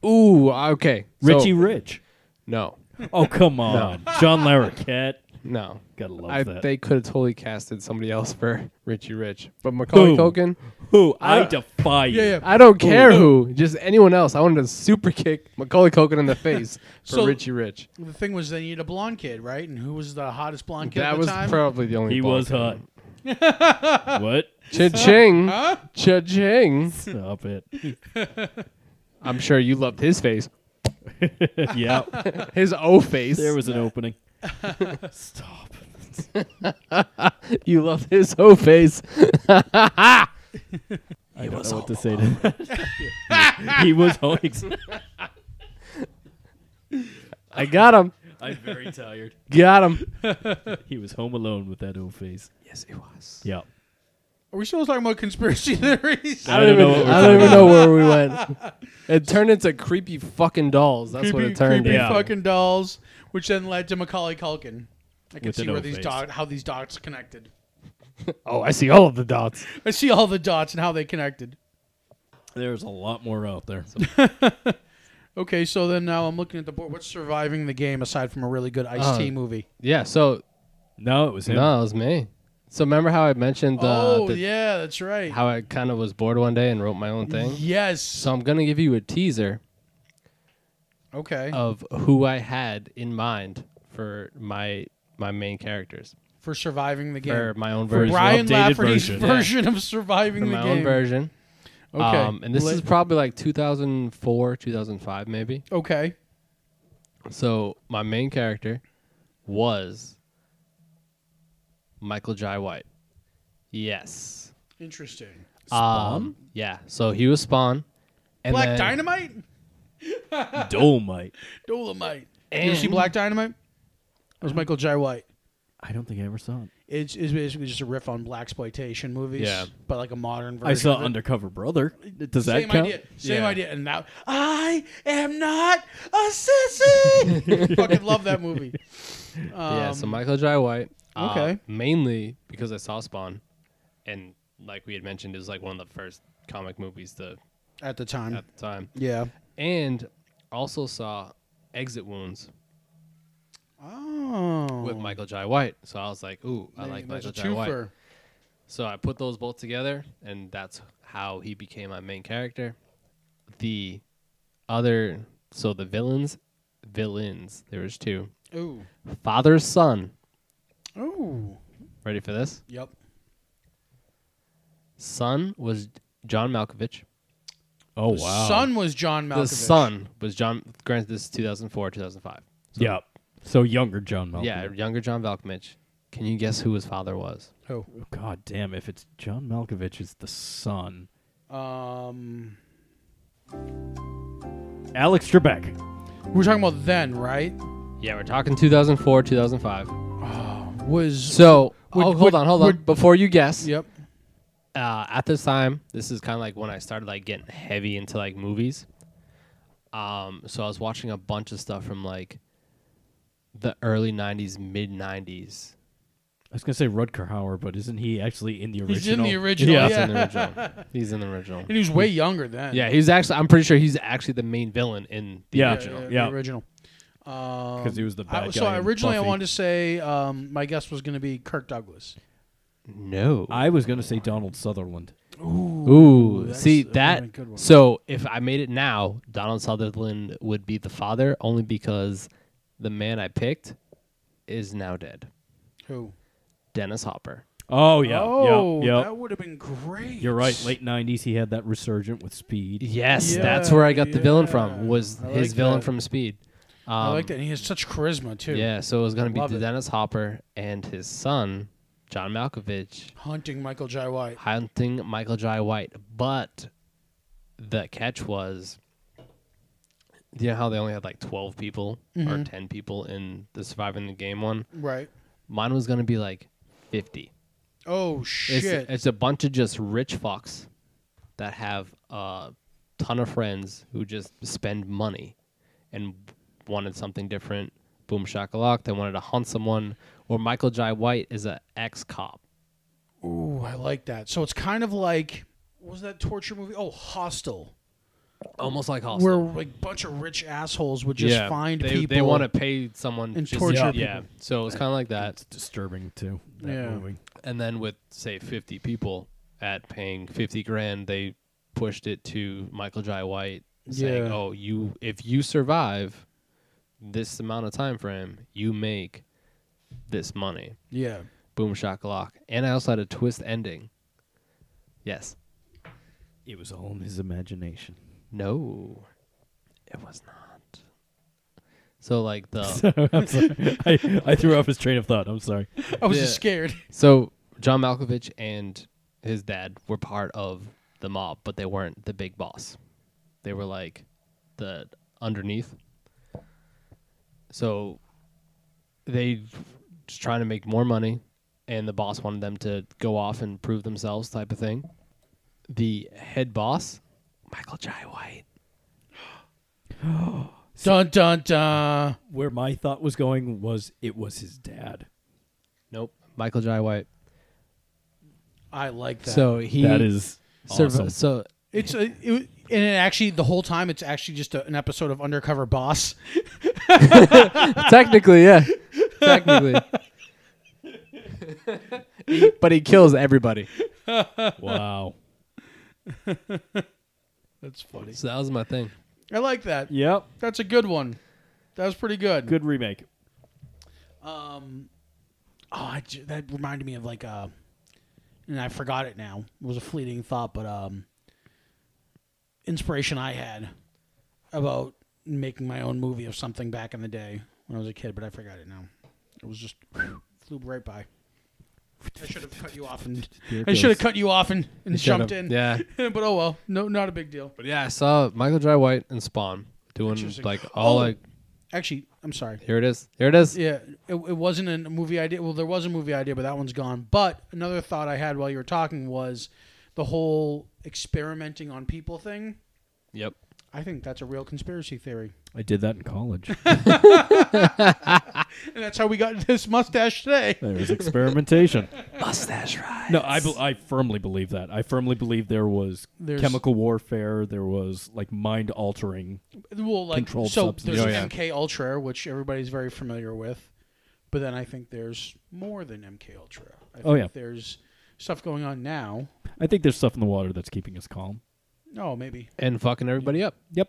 Speaker 4: Ooh, okay. So-
Speaker 6: Richie Rich.
Speaker 4: no,
Speaker 6: Oh come on, John Larroquette.
Speaker 4: no.
Speaker 6: Gotta love
Speaker 4: I,
Speaker 6: that.
Speaker 4: they could have totally casted somebody else for Richie Rich, but Macaulay Culkin.
Speaker 6: Who I defy you.
Speaker 3: Yeah, yeah.
Speaker 4: I don't care who, just anyone else. I wanted to super kick Macaulay
Speaker 6: [laughs]
Speaker 4: Culkin in the face for
Speaker 3: So-
Speaker 4: Richie Rich.
Speaker 3: The thing was, they needed a blonde kid, right? And who was the hottest blonde kid at
Speaker 4: That
Speaker 3: the
Speaker 4: was
Speaker 3: time?
Speaker 4: probably the only.
Speaker 6: He was hot.
Speaker 3: [laughs]
Speaker 6: what?
Speaker 4: Cha ching, cha ching.
Speaker 6: Stop it. [laughs]
Speaker 4: I'm sure you loved his face,
Speaker 6: yeah,
Speaker 4: his O face.
Speaker 6: there was an
Speaker 3: [laughs]
Speaker 6: opening. Stop.
Speaker 4: [laughs] you loved his O face.
Speaker 6: I don't know what to say to that.
Speaker 5: [laughs]
Speaker 6: he was home.
Speaker 4: I got him,
Speaker 6: I'm very tired.
Speaker 4: got him.
Speaker 6: He was home alone with that old face.
Speaker 4: Yes, he was.
Speaker 6: Yeah.
Speaker 3: Are we still talking about conspiracy [laughs] theories?
Speaker 4: I don't, even.
Speaker 6: know what we're
Speaker 4: I don't even know where we went. It turned into creepy fucking dolls. That's what
Speaker 3: creepy,
Speaker 4: it turned
Speaker 3: creepy
Speaker 4: into.
Speaker 6: Yeah.
Speaker 3: fucking dolls, which then led to Macaulay Culkin. I can
Speaker 6: With
Speaker 3: see
Speaker 6: an
Speaker 3: where
Speaker 6: O
Speaker 3: these
Speaker 6: face.
Speaker 3: dot how these dots connected.
Speaker 4: Oh, I see all of the dots.
Speaker 3: I see all the dots and how they connected.
Speaker 6: There's a lot more out there.
Speaker 3: Okay, so then now I'm looking at the board. What's surviving the game aside from a really good Ice T
Speaker 4: Uh,
Speaker 3: movie?
Speaker 4: Yeah. So
Speaker 6: no, it was him.
Speaker 4: No, it was me. So remember how I mentioned uh,
Speaker 3: oh
Speaker 4: the-
Speaker 3: yeah, that's right.
Speaker 4: how I kind of was bored one day and wrote my own thing?
Speaker 3: Yes.
Speaker 4: So I'm gonna give you a teaser
Speaker 3: okay.
Speaker 4: of who I had in mind for my my main characters
Speaker 3: for surviving the game.
Speaker 4: for my own
Speaker 3: For
Speaker 4: version.
Speaker 3: Brian
Speaker 6: updated
Speaker 3: Lafferty's [laughs] version,
Speaker 6: version.
Speaker 3: of surviving
Speaker 4: for
Speaker 3: the
Speaker 4: my
Speaker 3: game.
Speaker 4: own version.
Speaker 3: Okay.
Speaker 4: Um, and this
Speaker 3: Let-
Speaker 4: is probably like 2004, 2005, maybe.
Speaker 3: okay.
Speaker 4: So my main character was Michael Jai White. Yes.
Speaker 3: Interesting.
Speaker 4: Um, yeah. So he was Spawn, And
Speaker 3: Black
Speaker 4: then-
Speaker 3: Dynamite?
Speaker 5: Dolmite.
Speaker 3: Dolomite. You ever see Black Dynamite? It was Michael J. White.
Speaker 5: I don't think I ever saw it.
Speaker 3: It's, it's basically just a riff on black exploitation movies,
Speaker 4: Yeah.
Speaker 3: but like a modern version.
Speaker 5: I saw
Speaker 3: of it.
Speaker 5: Undercover Brother. Does that
Speaker 3: Same
Speaker 5: count?
Speaker 3: idea. Same
Speaker 4: Yeah.
Speaker 3: idea. And now I am not a
Speaker 5: [laughs]
Speaker 3: sissy. Fucking love that movie.
Speaker 4: yeah, so Michael Jai White. uh,
Speaker 3: okay.
Speaker 4: mainly because I saw Spawn, and like we had mentioned, it was like one of the first comic movies to
Speaker 3: At the time.
Speaker 4: at the time,
Speaker 3: yeah.
Speaker 4: and also saw Exit Wounds
Speaker 3: Oh.
Speaker 4: with Michael Jai White. So I was like, ooh, I
Speaker 3: There-
Speaker 4: like
Speaker 3: there's
Speaker 4: Michael
Speaker 3: a
Speaker 4: Jai White.
Speaker 3: twofer.
Speaker 4: So I put those both together, and that's how he became my main character. The other, so the villains, villains. There was two,
Speaker 3: Ooh.
Speaker 4: father son.
Speaker 3: Ooh.
Speaker 4: Ready for this?
Speaker 3: Yep.
Speaker 4: Son was John Malkovich.
Speaker 5: Oh
Speaker 3: The son was John Malkovich.
Speaker 4: The son was John. Granted, this is 2004, 2005.
Speaker 5: Yeah. So younger John Malkovich.
Speaker 4: Yeah, younger John Malkovich. Can you guess who his father was?
Speaker 3: Who?
Speaker 5: Oh, God damn! If it's John Malkovich, it's the son.
Speaker 3: Um,
Speaker 5: Alex Trebek.
Speaker 3: we were talking about then, right?
Speaker 4: Yeah, we're talking 2004, 2005.
Speaker 3: Was
Speaker 4: So, oh,
Speaker 3: Would-
Speaker 4: hold
Speaker 3: would-
Speaker 4: on, hold on.
Speaker 3: would-
Speaker 4: Before you guess,
Speaker 3: yep.
Speaker 4: uh, at this time, this is kind of like when I started like getting heavy into like movies. Um, so I was watching a bunch of stuff from like the early 90s, mid 90s.
Speaker 5: I was gonna say Rutger Hauer, but isn't he actually in the original?
Speaker 3: He's in the original. Yeah.
Speaker 4: He's in the
Speaker 3: [laughs]
Speaker 4: original. He's in the original.
Speaker 3: And he was way younger then.
Speaker 4: Yeah, he's actually. I'm pretty sure he's actually the main villain in the
Speaker 5: Yeah.
Speaker 4: original.
Speaker 3: Yeah,
Speaker 5: Yeah.
Speaker 3: The original. Because
Speaker 5: he was the bad
Speaker 3: So
Speaker 5: guy in
Speaker 3: originally, Um, I
Speaker 5: Buffy.
Speaker 3: wanted to say um, my guess was going to be Kirk Douglas.
Speaker 4: No.
Speaker 5: I was gonna say Donald Sutherland.
Speaker 4: Ooh,
Speaker 3: that's
Speaker 4: see
Speaker 3: a really
Speaker 4: that.
Speaker 3: good one.
Speaker 4: So if I made it now, Donald Sutherland would be the father, only because the man I picked is now dead.
Speaker 3: Who?
Speaker 4: Dennis Hopper.
Speaker 5: Oh yeah.
Speaker 3: oh,
Speaker 5: yeah.
Speaker 3: that would have been great.
Speaker 5: You're right. Late '90s, he had that resurgent with speed.
Speaker 4: Yes,
Speaker 3: Yeah,
Speaker 4: that's where I got the villain
Speaker 3: yeah.
Speaker 4: from. Was
Speaker 3: I
Speaker 4: his
Speaker 3: like
Speaker 4: villain
Speaker 3: that.
Speaker 4: from Speed? Um,
Speaker 3: I like that. And he has such charisma too.
Speaker 4: Yeah, so it was gonna be
Speaker 3: Love it.
Speaker 4: Dennis Hopper and his son, John Malkovich,
Speaker 3: Hunting Michael J. White.
Speaker 4: hunting Michael Jai White. But the catch was, you know how they only had like 12 people
Speaker 3: Mm-hmm.
Speaker 4: or 10 people in the surviving the game one?
Speaker 3: Right.
Speaker 4: Mine was going to be like 50.
Speaker 3: Oh
Speaker 4: It's,
Speaker 3: shit.
Speaker 4: it's a bunch of just rich fucks that have a ton of friends who just spend money and wanted something different. Boom shakalak. They wanted to hunt someone. Or Michael Jai White is a ex cop.
Speaker 3: Ooh, I like that. So it's kind of like what was that torture movie? Oh, Hostel.
Speaker 4: Almost like Hostel.
Speaker 3: Where like bunch of rich assholes would just find
Speaker 4: they,
Speaker 3: people.
Speaker 4: They want to pay someone
Speaker 3: and
Speaker 4: just-
Speaker 3: torture
Speaker 4: yeah,
Speaker 3: people.
Speaker 4: Yeah, so it's kind of like that.
Speaker 5: It's disturbing too. That
Speaker 3: Yeah.
Speaker 5: movie.
Speaker 4: And then with say fifty people at paying fifty grand, they pushed it to Michael Jai White saying,
Speaker 3: Yeah.
Speaker 4: "Oh, you if you survive this amount of time frame, you make this money."
Speaker 3: Yeah.
Speaker 4: Boom shakalak. And I also had a twist ending. Yes.
Speaker 5: It was all in his imagination.
Speaker 4: No. It was not. So like
Speaker 5: [laughs]
Speaker 4: the
Speaker 5: I'm sorry. Oh. I, I threw off his train of thought. I'm sorry.
Speaker 3: I was
Speaker 4: Yeah.
Speaker 3: just scared.
Speaker 4: So John Malkovich and his dad were part of the mob, but they weren't the big boss. They were like the underneath. So they just trying to make more money, and the boss wanted them to go off and prove themselves, type of thing. The head boss, Michael Jai White.
Speaker 3: Dun dun dun.
Speaker 5: Where my thought was going was it was his dad.
Speaker 4: Nope, Michael Jai White.
Speaker 3: I like that.
Speaker 4: So he
Speaker 5: that is
Speaker 4: so-
Speaker 5: awesome.
Speaker 4: so
Speaker 3: it's a, it, and it actually the whole time it's actually just a, an episode of Undercover Boss.
Speaker 4: Technically, yeah.
Speaker 5: [laughs]
Speaker 4: Technically. but he kills
Speaker 5: [laughs]
Speaker 4: everybody.
Speaker 5: wow.
Speaker 3: That's funny.
Speaker 4: So that was my thing.
Speaker 3: I like that.
Speaker 5: Yep.
Speaker 3: That's a good one. That was pretty good.
Speaker 5: Good remake.
Speaker 3: Um, oh, I ju- that reminded me of like uh, and I forgot it now. It was a fleeting thought, but um, inspiration I had about making my own movie of something back in the day when I was a kid, but I forgot it now. It was just flew right by. I should have cut you off and
Speaker 6: Here it
Speaker 3: I should have
Speaker 6: goes.
Speaker 3: cut you off and, and
Speaker 4: Shut
Speaker 3: jumped
Speaker 4: up.
Speaker 3: in.
Speaker 4: Yeah.
Speaker 3: [laughs] but oh well, no, not a big deal.
Speaker 4: But yeah, I saw Michael Jai White and Spawn doing
Speaker 3: Interesting.
Speaker 4: like all
Speaker 3: Oh.
Speaker 4: like
Speaker 3: Actually, I'm sorry.
Speaker 4: here it is. Here it is.
Speaker 3: Yeah, it, it wasn't a movie idea. Well, there was a movie idea, but that one's gone. But another thought I had while you were talking was the whole experimenting on people thing.
Speaker 4: Yep.
Speaker 3: I think that's a real conspiracy theory,
Speaker 6: I did that in college.
Speaker 3: and that's how we got [laughs] this mustache today.
Speaker 6: There was experimentation. Mustache ride. No, I, bel I firmly believe that. I firmly believe there was
Speaker 3: There's-
Speaker 6: chemical warfare. There was like mind altering.
Speaker 3: Well, like
Speaker 6: Controlled
Speaker 3: so,
Speaker 6: substance.
Speaker 3: there's
Speaker 4: Oh, yeah.
Speaker 3: MK Ultra, which everybody's very familiar with, but then I think there's more than MK Ultra. I
Speaker 6: Oh,
Speaker 3: think
Speaker 6: yeah.
Speaker 3: there's stuff going on now.
Speaker 6: I think there's stuff in the water that's keeping us calm.
Speaker 3: No, maybe.
Speaker 4: And fucking everybody up.
Speaker 6: Yep.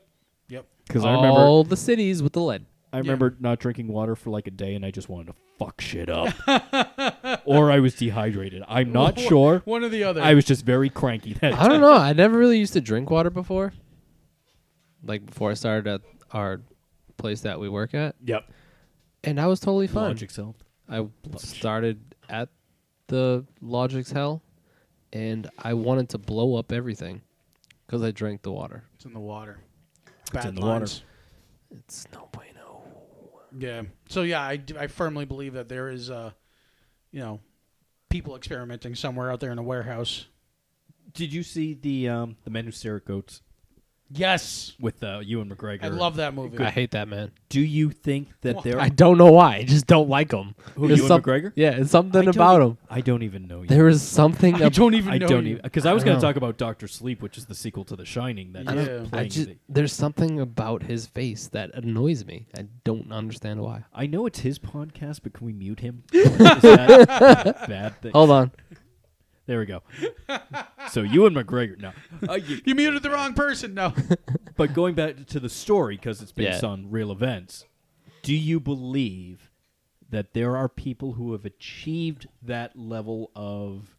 Speaker 3: Yep.
Speaker 6: Because I remember,
Speaker 4: the cities with the lead.
Speaker 6: I remember not drinking water for like a day, and I just wanted to fuck shit [laughs] up, or I was dehydrated. [laughs] I'm not sure.
Speaker 3: One or the other.
Speaker 6: I was just very cranky. That
Speaker 4: I don't know. I never really used to drink water before. Like before I started at our place that we work at,
Speaker 6: [laughs] Yep.
Speaker 4: and I was totally fine.
Speaker 6: Logic's help.
Speaker 4: I started at the Logic's Hell, and I wanted to blow up everything because I drank the water.
Speaker 3: It's in the water. Bad
Speaker 6: in the water.
Speaker 4: It's no bueno.
Speaker 3: Yeah. So yeah, I, d- I firmly believe that there is, uh, you know, people experimenting somewhere out there in a warehouse.
Speaker 5: Did you see the um, the men who stare at goats
Speaker 3: Yes,
Speaker 5: with uh, Ewan McGregor?
Speaker 3: I love that movie.
Speaker 4: I hate that man.
Speaker 5: Do you think that
Speaker 3: What?
Speaker 5: there?
Speaker 4: I don't know why. I just don't like him.
Speaker 5: Who,
Speaker 4: There's
Speaker 5: Ewan McGregor?
Speaker 4: Yeah, it's something
Speaker 5: I don't
Speaker 4: about
Speaker 5: e-
Speaker 4: him.
Speaker 5: I don't even know you.
Speaker 4: There is [laughs] something.
Speaker 3: I
Speaker 4: ab-
Speaker 3: don't even.
Speaker 6: I
Speaker 3: know
Speaker 6: don't
Speaker 3: you.
Speaker 6: even because I was
Speaker 4: I
Speaker 6: going
Speaker 4: know.
Speaker 6: to talk about Doctor Sleep, which is the sequel to The Shining. That
Speaker 3: I
Speaker 6: is
Speaker 3: don't- I
Speaker 6: playing
Speaker 4: I just
Speaker 6: the-
Speaker 4: there's something about his face that annoys me. I don't understand why.
Speaker 5: I know it's his podcast, but can we mute
Speaker 4: [laughs]
Speaker 5: him? Is that a bad thing.
Speaker 4: Hold on.
Speaker 6: there we go. so you and McGregor.
Speaker 4: [laughs]
Speaker 6: No,
Speaker 5: Uh, you-
Speaker 3: [laughs] You muted the wrong
Speaker 6: [laughs]
Speaker 3: person. No.
Speaker 5: but going back to the story because it's based
Speaker 4: Yeah.
Speaker 5: on real events. Do you believe that there are people who have achieved that level of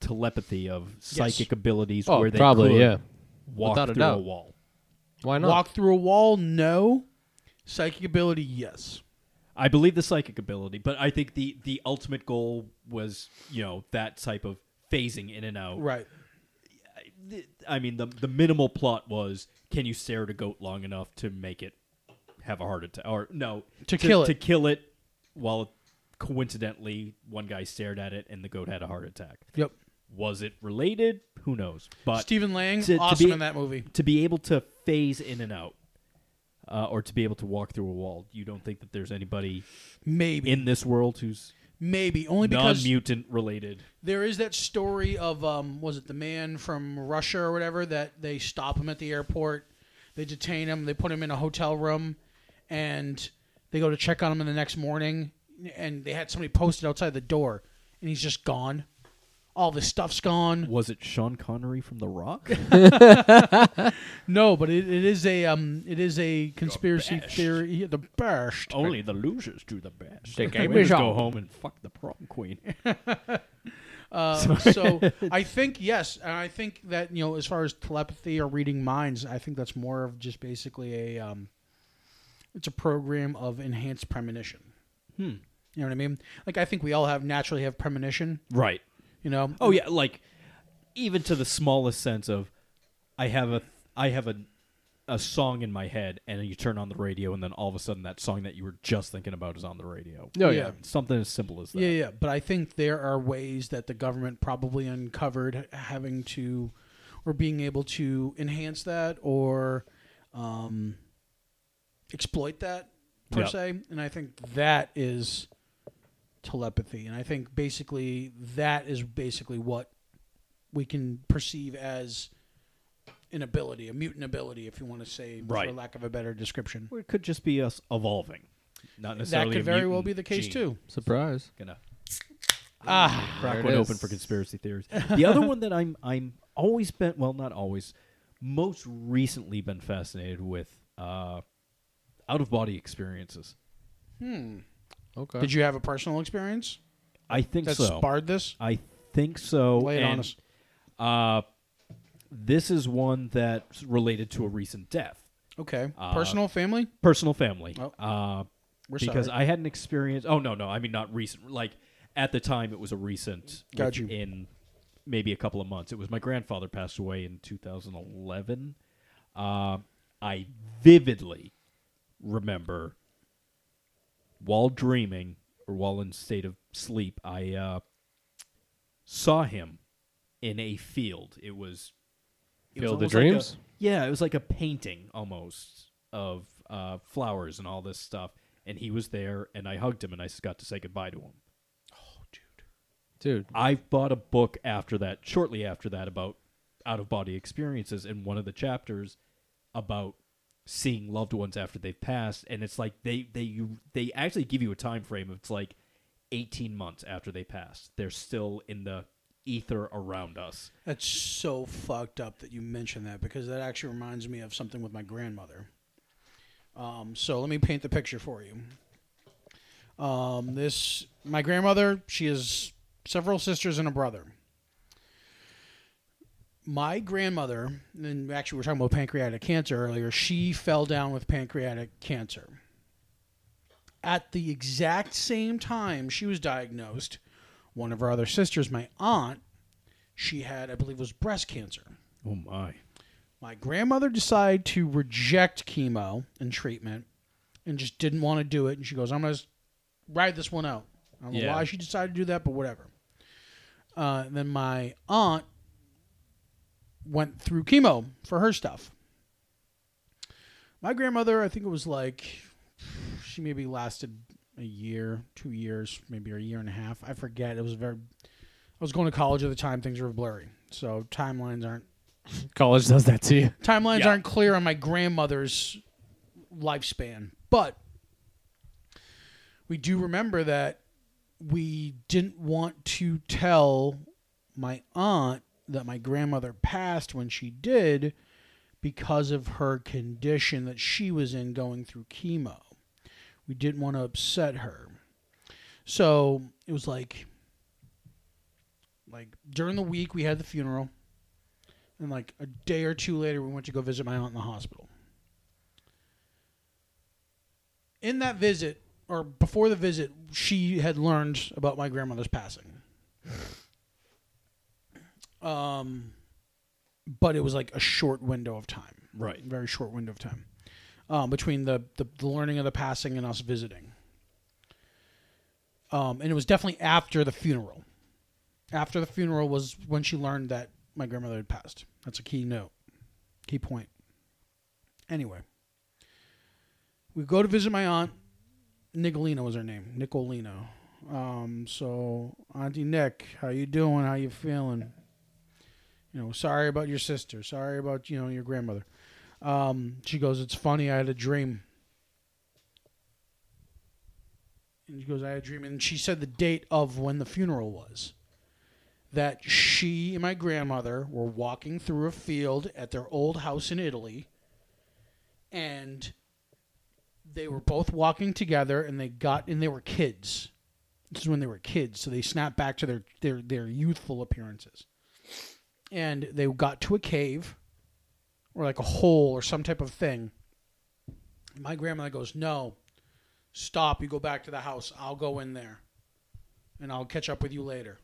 Speaker 5: telepathy of psychic abilities
Speaker 4: Oh,
Speaker 5: where they
Speaker 4: probably,
Speaker 5: could
Speaker 4: yeah.
Speaker 5: walk
Speaker 4: Without a
Speaker 5: through
Speaker 4: doubt.
Speaker 5: a wall?
Speaker 4: Why not?
Speaker 3: Walk through a wall. No. Psychic ability. Yes.
Speaker 5: I believe the psychic ability, but I think the the ultimate goal was you know that type of phasing in and out.
Speaker 3: Right.
Speaker 5: I mean the the minimal plot was can you stare at a goat long enough to make it have a heart attack or no
Speaker 3: To kill it.
Speaker 5: to kill it while coincidentally one guy stared at it and the goat had a heart attack.
Speaker 3: Yep.
Speaker 5: Was it related? Who knows? But
Speaker 3: Stephen Lang,
Speaker 5: to- to
Speaker 3: awesome
Speaker 5: be-
Speaker 3: in that movie.
Speaker 5: to be able to phase in and out. Uh, or to be able to walk through a wall, you don't think that there's anybody
Speaker 3: Maybe.
Speaker 5: in this world who's
Speaker 3: Maybe only because
Speaker 5: non-mutant related.
Speaker 3: there is that story of um, was it the man from Russia or whatever that they stop him at the airport, they detain him, they put him in a hotel room, and they go to check on him in the next morning, and they had somebody posted outside the door, and he's just gone. All the stuff's gone.
Speaker 6: was it Sean Connery from The
Speaker 3: [laughs]
Speaker 6: Rock?
Speaker 3: No, but it, it is a um, it is a conspiracy theory. yeah, The best.
Speaker 6: Only the losers do the best.
Speaker 4: They
Speaker 6: The
Speaker 4: can't
Speaker 6: winners
Speaker 4: be
Speaker 6: go
Speaker 4: shocked.
Speaker 6: home and fuck the prom
Speaker 5: [laughs]
Speaker 6: queen.
Speaker 3: Uh, so I think yes, and I think that you know, as far as telepathy or reading minds, I think that's more of just basically a, um, it's a program of enhanced premonition.
Speaker 5: Hmm.
Speaker 3: You know what I mean? Like I think we all have naturally have premonition.
Speaker 5: Right.
Speaker 3: You know?
Speaker 5: Oh yeah, like even to the smallest sense of I have a I have a a song in my head and you turn on the radio and then all of a sudden that song that you were just thinking about is on the radio.
Speaker 4: Oh,
Speaker 3: yeah.
Speaker 5: Something as simple as that.
Speaker 3: Yeah, yeah. But I think there are ways that the government probably uncovered having to, or being able to enhance that or um, exploit that per
Speaker 5: Yeah.
Speaker 3: se. And I think that is telepathy. And I think basically that is basically what we can perceive as an ability, a mutant ability, if you want to say, for
Speaker 5: Right.
Speaker 3: lack of a better description.
Speaker 5: Or it could just be us evolving. Not
Speaker 3: That
Speaker 5: necessarily
Speaker 3: could
Speaker 5: a
Speaker 3: very well
Speaker 5: mutant
Speaker 3: be the case
Speaker 5: gene.
Speaker 3: too.
Speaker 4: Surprise.
Speaker 5: Gonna
Speaker 3: Ah,
Speaker 4: There
Speaker 5: crack
Speaker 4: it
Speaker 5: one
Speaker 4: is.
Speaker 5: open for conspiracy
Speaker 3: [laughs]
Speaker 5: theories. The other one that I'm I'm always been well not always most recently been fascinated with uh out of body experiences.
Speaker 4: Okay.
Speaker 3: did you have a personal experience?
Speaker 5: I think
Speaker 3: that
Speaker 5: so.
Speaker 3: sparred this?
Speaker 5: I think so.
Speaker 3: Lay it on
Speaker 5: and,
Speaker 3: us.
Speaker 5: Uh, this is one that's related to a recent death,
Speaker 3: Okay.
Speaker 5: Uh,
Speaker 3: Personal family?
Speaker 5: personal family.
Speaker 3: Oh.
Speaker 5: uh,
Speaker 3: We're
Speaker 5: because
Speaker 3: sorry.
Speaker 5: I had an experience. Oh no, no, I mean not recent. Like At the time, it was a recent.
Speaker 3: Got you.
Speaker 5: In maybe a couple of months, it was my grandfather passed away in 2011. Uh, I vividly remember while dreaming or while in state of sleep, I uh, saw him in a field. It was it was
Speaker 4: Field of
Speaker 5: almost like a-
Speaker 4: Dreams?
Speaker 5: yeah, it was like a painting almost of uh, flowers and all this stuff. And he was there, and I hugged him, and I s- got to say goodbye to him.
Speaker 4: dude.
Speaker 5: I bought a book after that, shortly after that, about out of body experiences, and one of the chapters about seeing loved ones after they've passed, and it's like they they you they actually give you a time frame of it's like eighteen months after they passed, they're still in the ether around us.
Speaker 3: That's so fucked up that you mentioned that because that actually reminds me of something with my grandmother. Um, so let me paint the picture for you. Um, this my grandmother. She has several sisters and a brother. My grandmother, and actually we are talking about pancreatic cancer earlier. She fell down with pancreatic cancer. At the exact same time she was diagnosed, one of her other sisters, my aunt, she had, I believe, was breast cancer.
Speaker 5: Oh my!
Speaker 3: My grandmother decided to reject chemo and treatment and just didn't want to do it. And she goes, I'm going to ride this one out. I don't know
Speaker 4: Yeah.
Speaker 3: why she decided to do that, but whatever. Uh, and then my aunt went through chemo for her stuff. My grandmother, I think it was like, she maybe lasted a year, two years, maybe a year and a half. I forget. It was very, I was going to college at the time. Things were blurry. So timelines aren't
Speaker 4: College does that to you.
Speaker 3: timelines
Speaker 5: Yeah.
Speaker 3: aren't clear on my grandmother's lifespan, but we do remember that we didn't want to tell my aunt that my grandmother passed when she did because of her condition that she was in going through chemo. We didn't want to upset her. So it was like like during the week we had the funeral and like a day or two later, we went to go visit my aunt in the hospital. In that visit, or before the visit, she had learned about my grandmother's passing. Um, but it was like a short window of time,
Speaker 5: Right.
Speaker 3: very short window of time, um, between the, the the learning of the passing and us visiting. Um, and it was definitely after the funeral after the funeral was when she learned that my grandmother had passed. That's a key note, key point. Anyway, we go to visit my aunt. Nicolina was her name. Nicolina. Um, so Auntie Nick, how you doing? How you feeling? You know, sorry about your sister. Sorry about you know your grandmother. Um, she goes, it's funny. I had a dream. And she goes, I had a dream, and she said the date of when the funeral was that she and my grandmother were walking through a field at their old house in Italy and they were both walking together and they got and they were kids. This is when they were kids, so they snapped back to their their, their youthful appearances. And they got to a cave or like a hole or some type of thing. My grandmother goes, "No. Stop. You go back to the house. I'll go in there and I'll catch up with you later."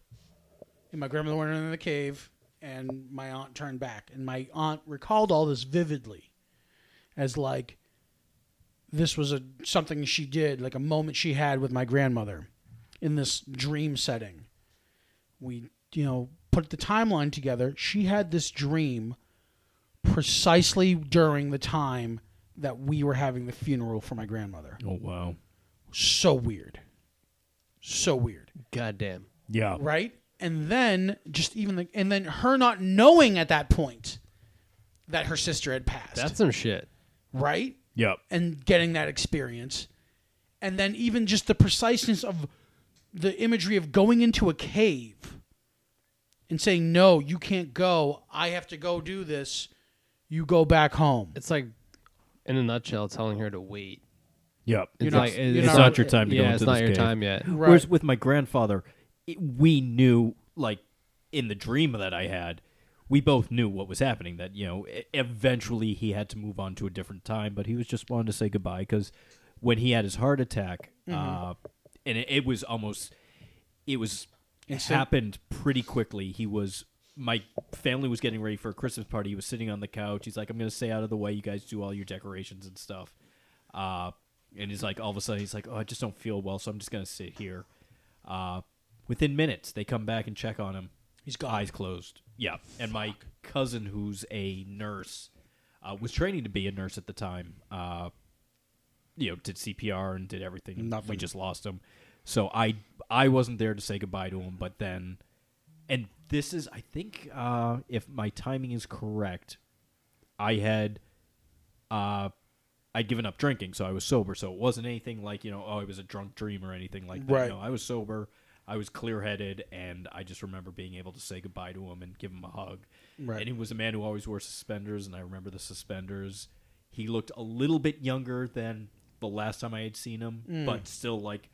Speaker 3: and my grandmother went into the cave and my aunt turned back and my aunt recalled all this vividly as like this was a something she did like a moment she had with my grandmother in this dream setting we you know put the timeline together she had this dream precisely during the time that we were having the funeral for my grandmother
Speaker 5: Oh wow!
Speaker 3: so weird so weird
Speaker 4: Goddamn.
Speaker 5: Yeah.
Speaker 3: right? And then just even the, and then her not knowing at that point that her sister had passed,
Speaker 4: That's some shit.
Speaker 3: right?
Speaker 5: Yep.
Speaker 3: And getting that experience, and then even just the preciseness of the imagery of going into a cave and saying, "No, you can't go. I have to go do this. You go back home."
Speaker 4: It's like, in a nutshell, telling her to wait.
Speaker 5: Yep.
Speaker 4: It's
Speaker 3: not-
Speaker 4: like,
Speaker 3: you're
Speaker 4: it's,
Speaker 3: not-
Speaker 5: not your time to go
Speaker 4: yeah,
Speaker 5: into
Speaker 4: it's not
Speaker 5: this
Speaker 4: your
Speaker 5: cave.
Speaker 4: time yet.
Speaker 3: Right.
Speaker 5: Whereas with my grandfather, it, we knew, like, in the dream that I had, we both knew what was happening. That, you know, e- eventually he had to move on to a different time, but he was just wanting to say goodbye because when he had his heart attack, uh, and it, it was almost, it was it
Speaker 3: Instant?
Speaker 5: happened pretty quickly. He was my family was getting ready for a Christmas party. He was sitting on the couch. He's like, "I'm gonna stay out of the way. You guys do all your decorations and stuff." Uh, and he's like, all of a sudden, he's like, "Oh, I just don't feel well, so I'm just gonna sit here." Uh, within minutes, they come back and check on him.
Speaker 3: He's gone.
Speaker 5: Eyes closed. Yeah. And my cousin, who's a nurse, uh, was training to be a nurse at the time. Uh, you know, did CPR and did everything. and We
Speaker 3: Nothing.
Speaker 5: just lost him. So I I wasn't there to say goodbye to him, but then, and this is I think uh, if my timing is correct, I had uh, I'd given up drinking, so I was sober. So it wasn't anything like you know, oh, I was a drunk dream or anything like that.
Speaker 3: Right.
Speaker 5: No, I was sober. I was clear headed, and I just remember being able to say goodbye to him and give him a hug.
Speaker 3: Right.
Speaker 5: And he was a man who always wore suspenders, and I remember the suspenders. He looked a little bit younger than the last time I had seen him, but still like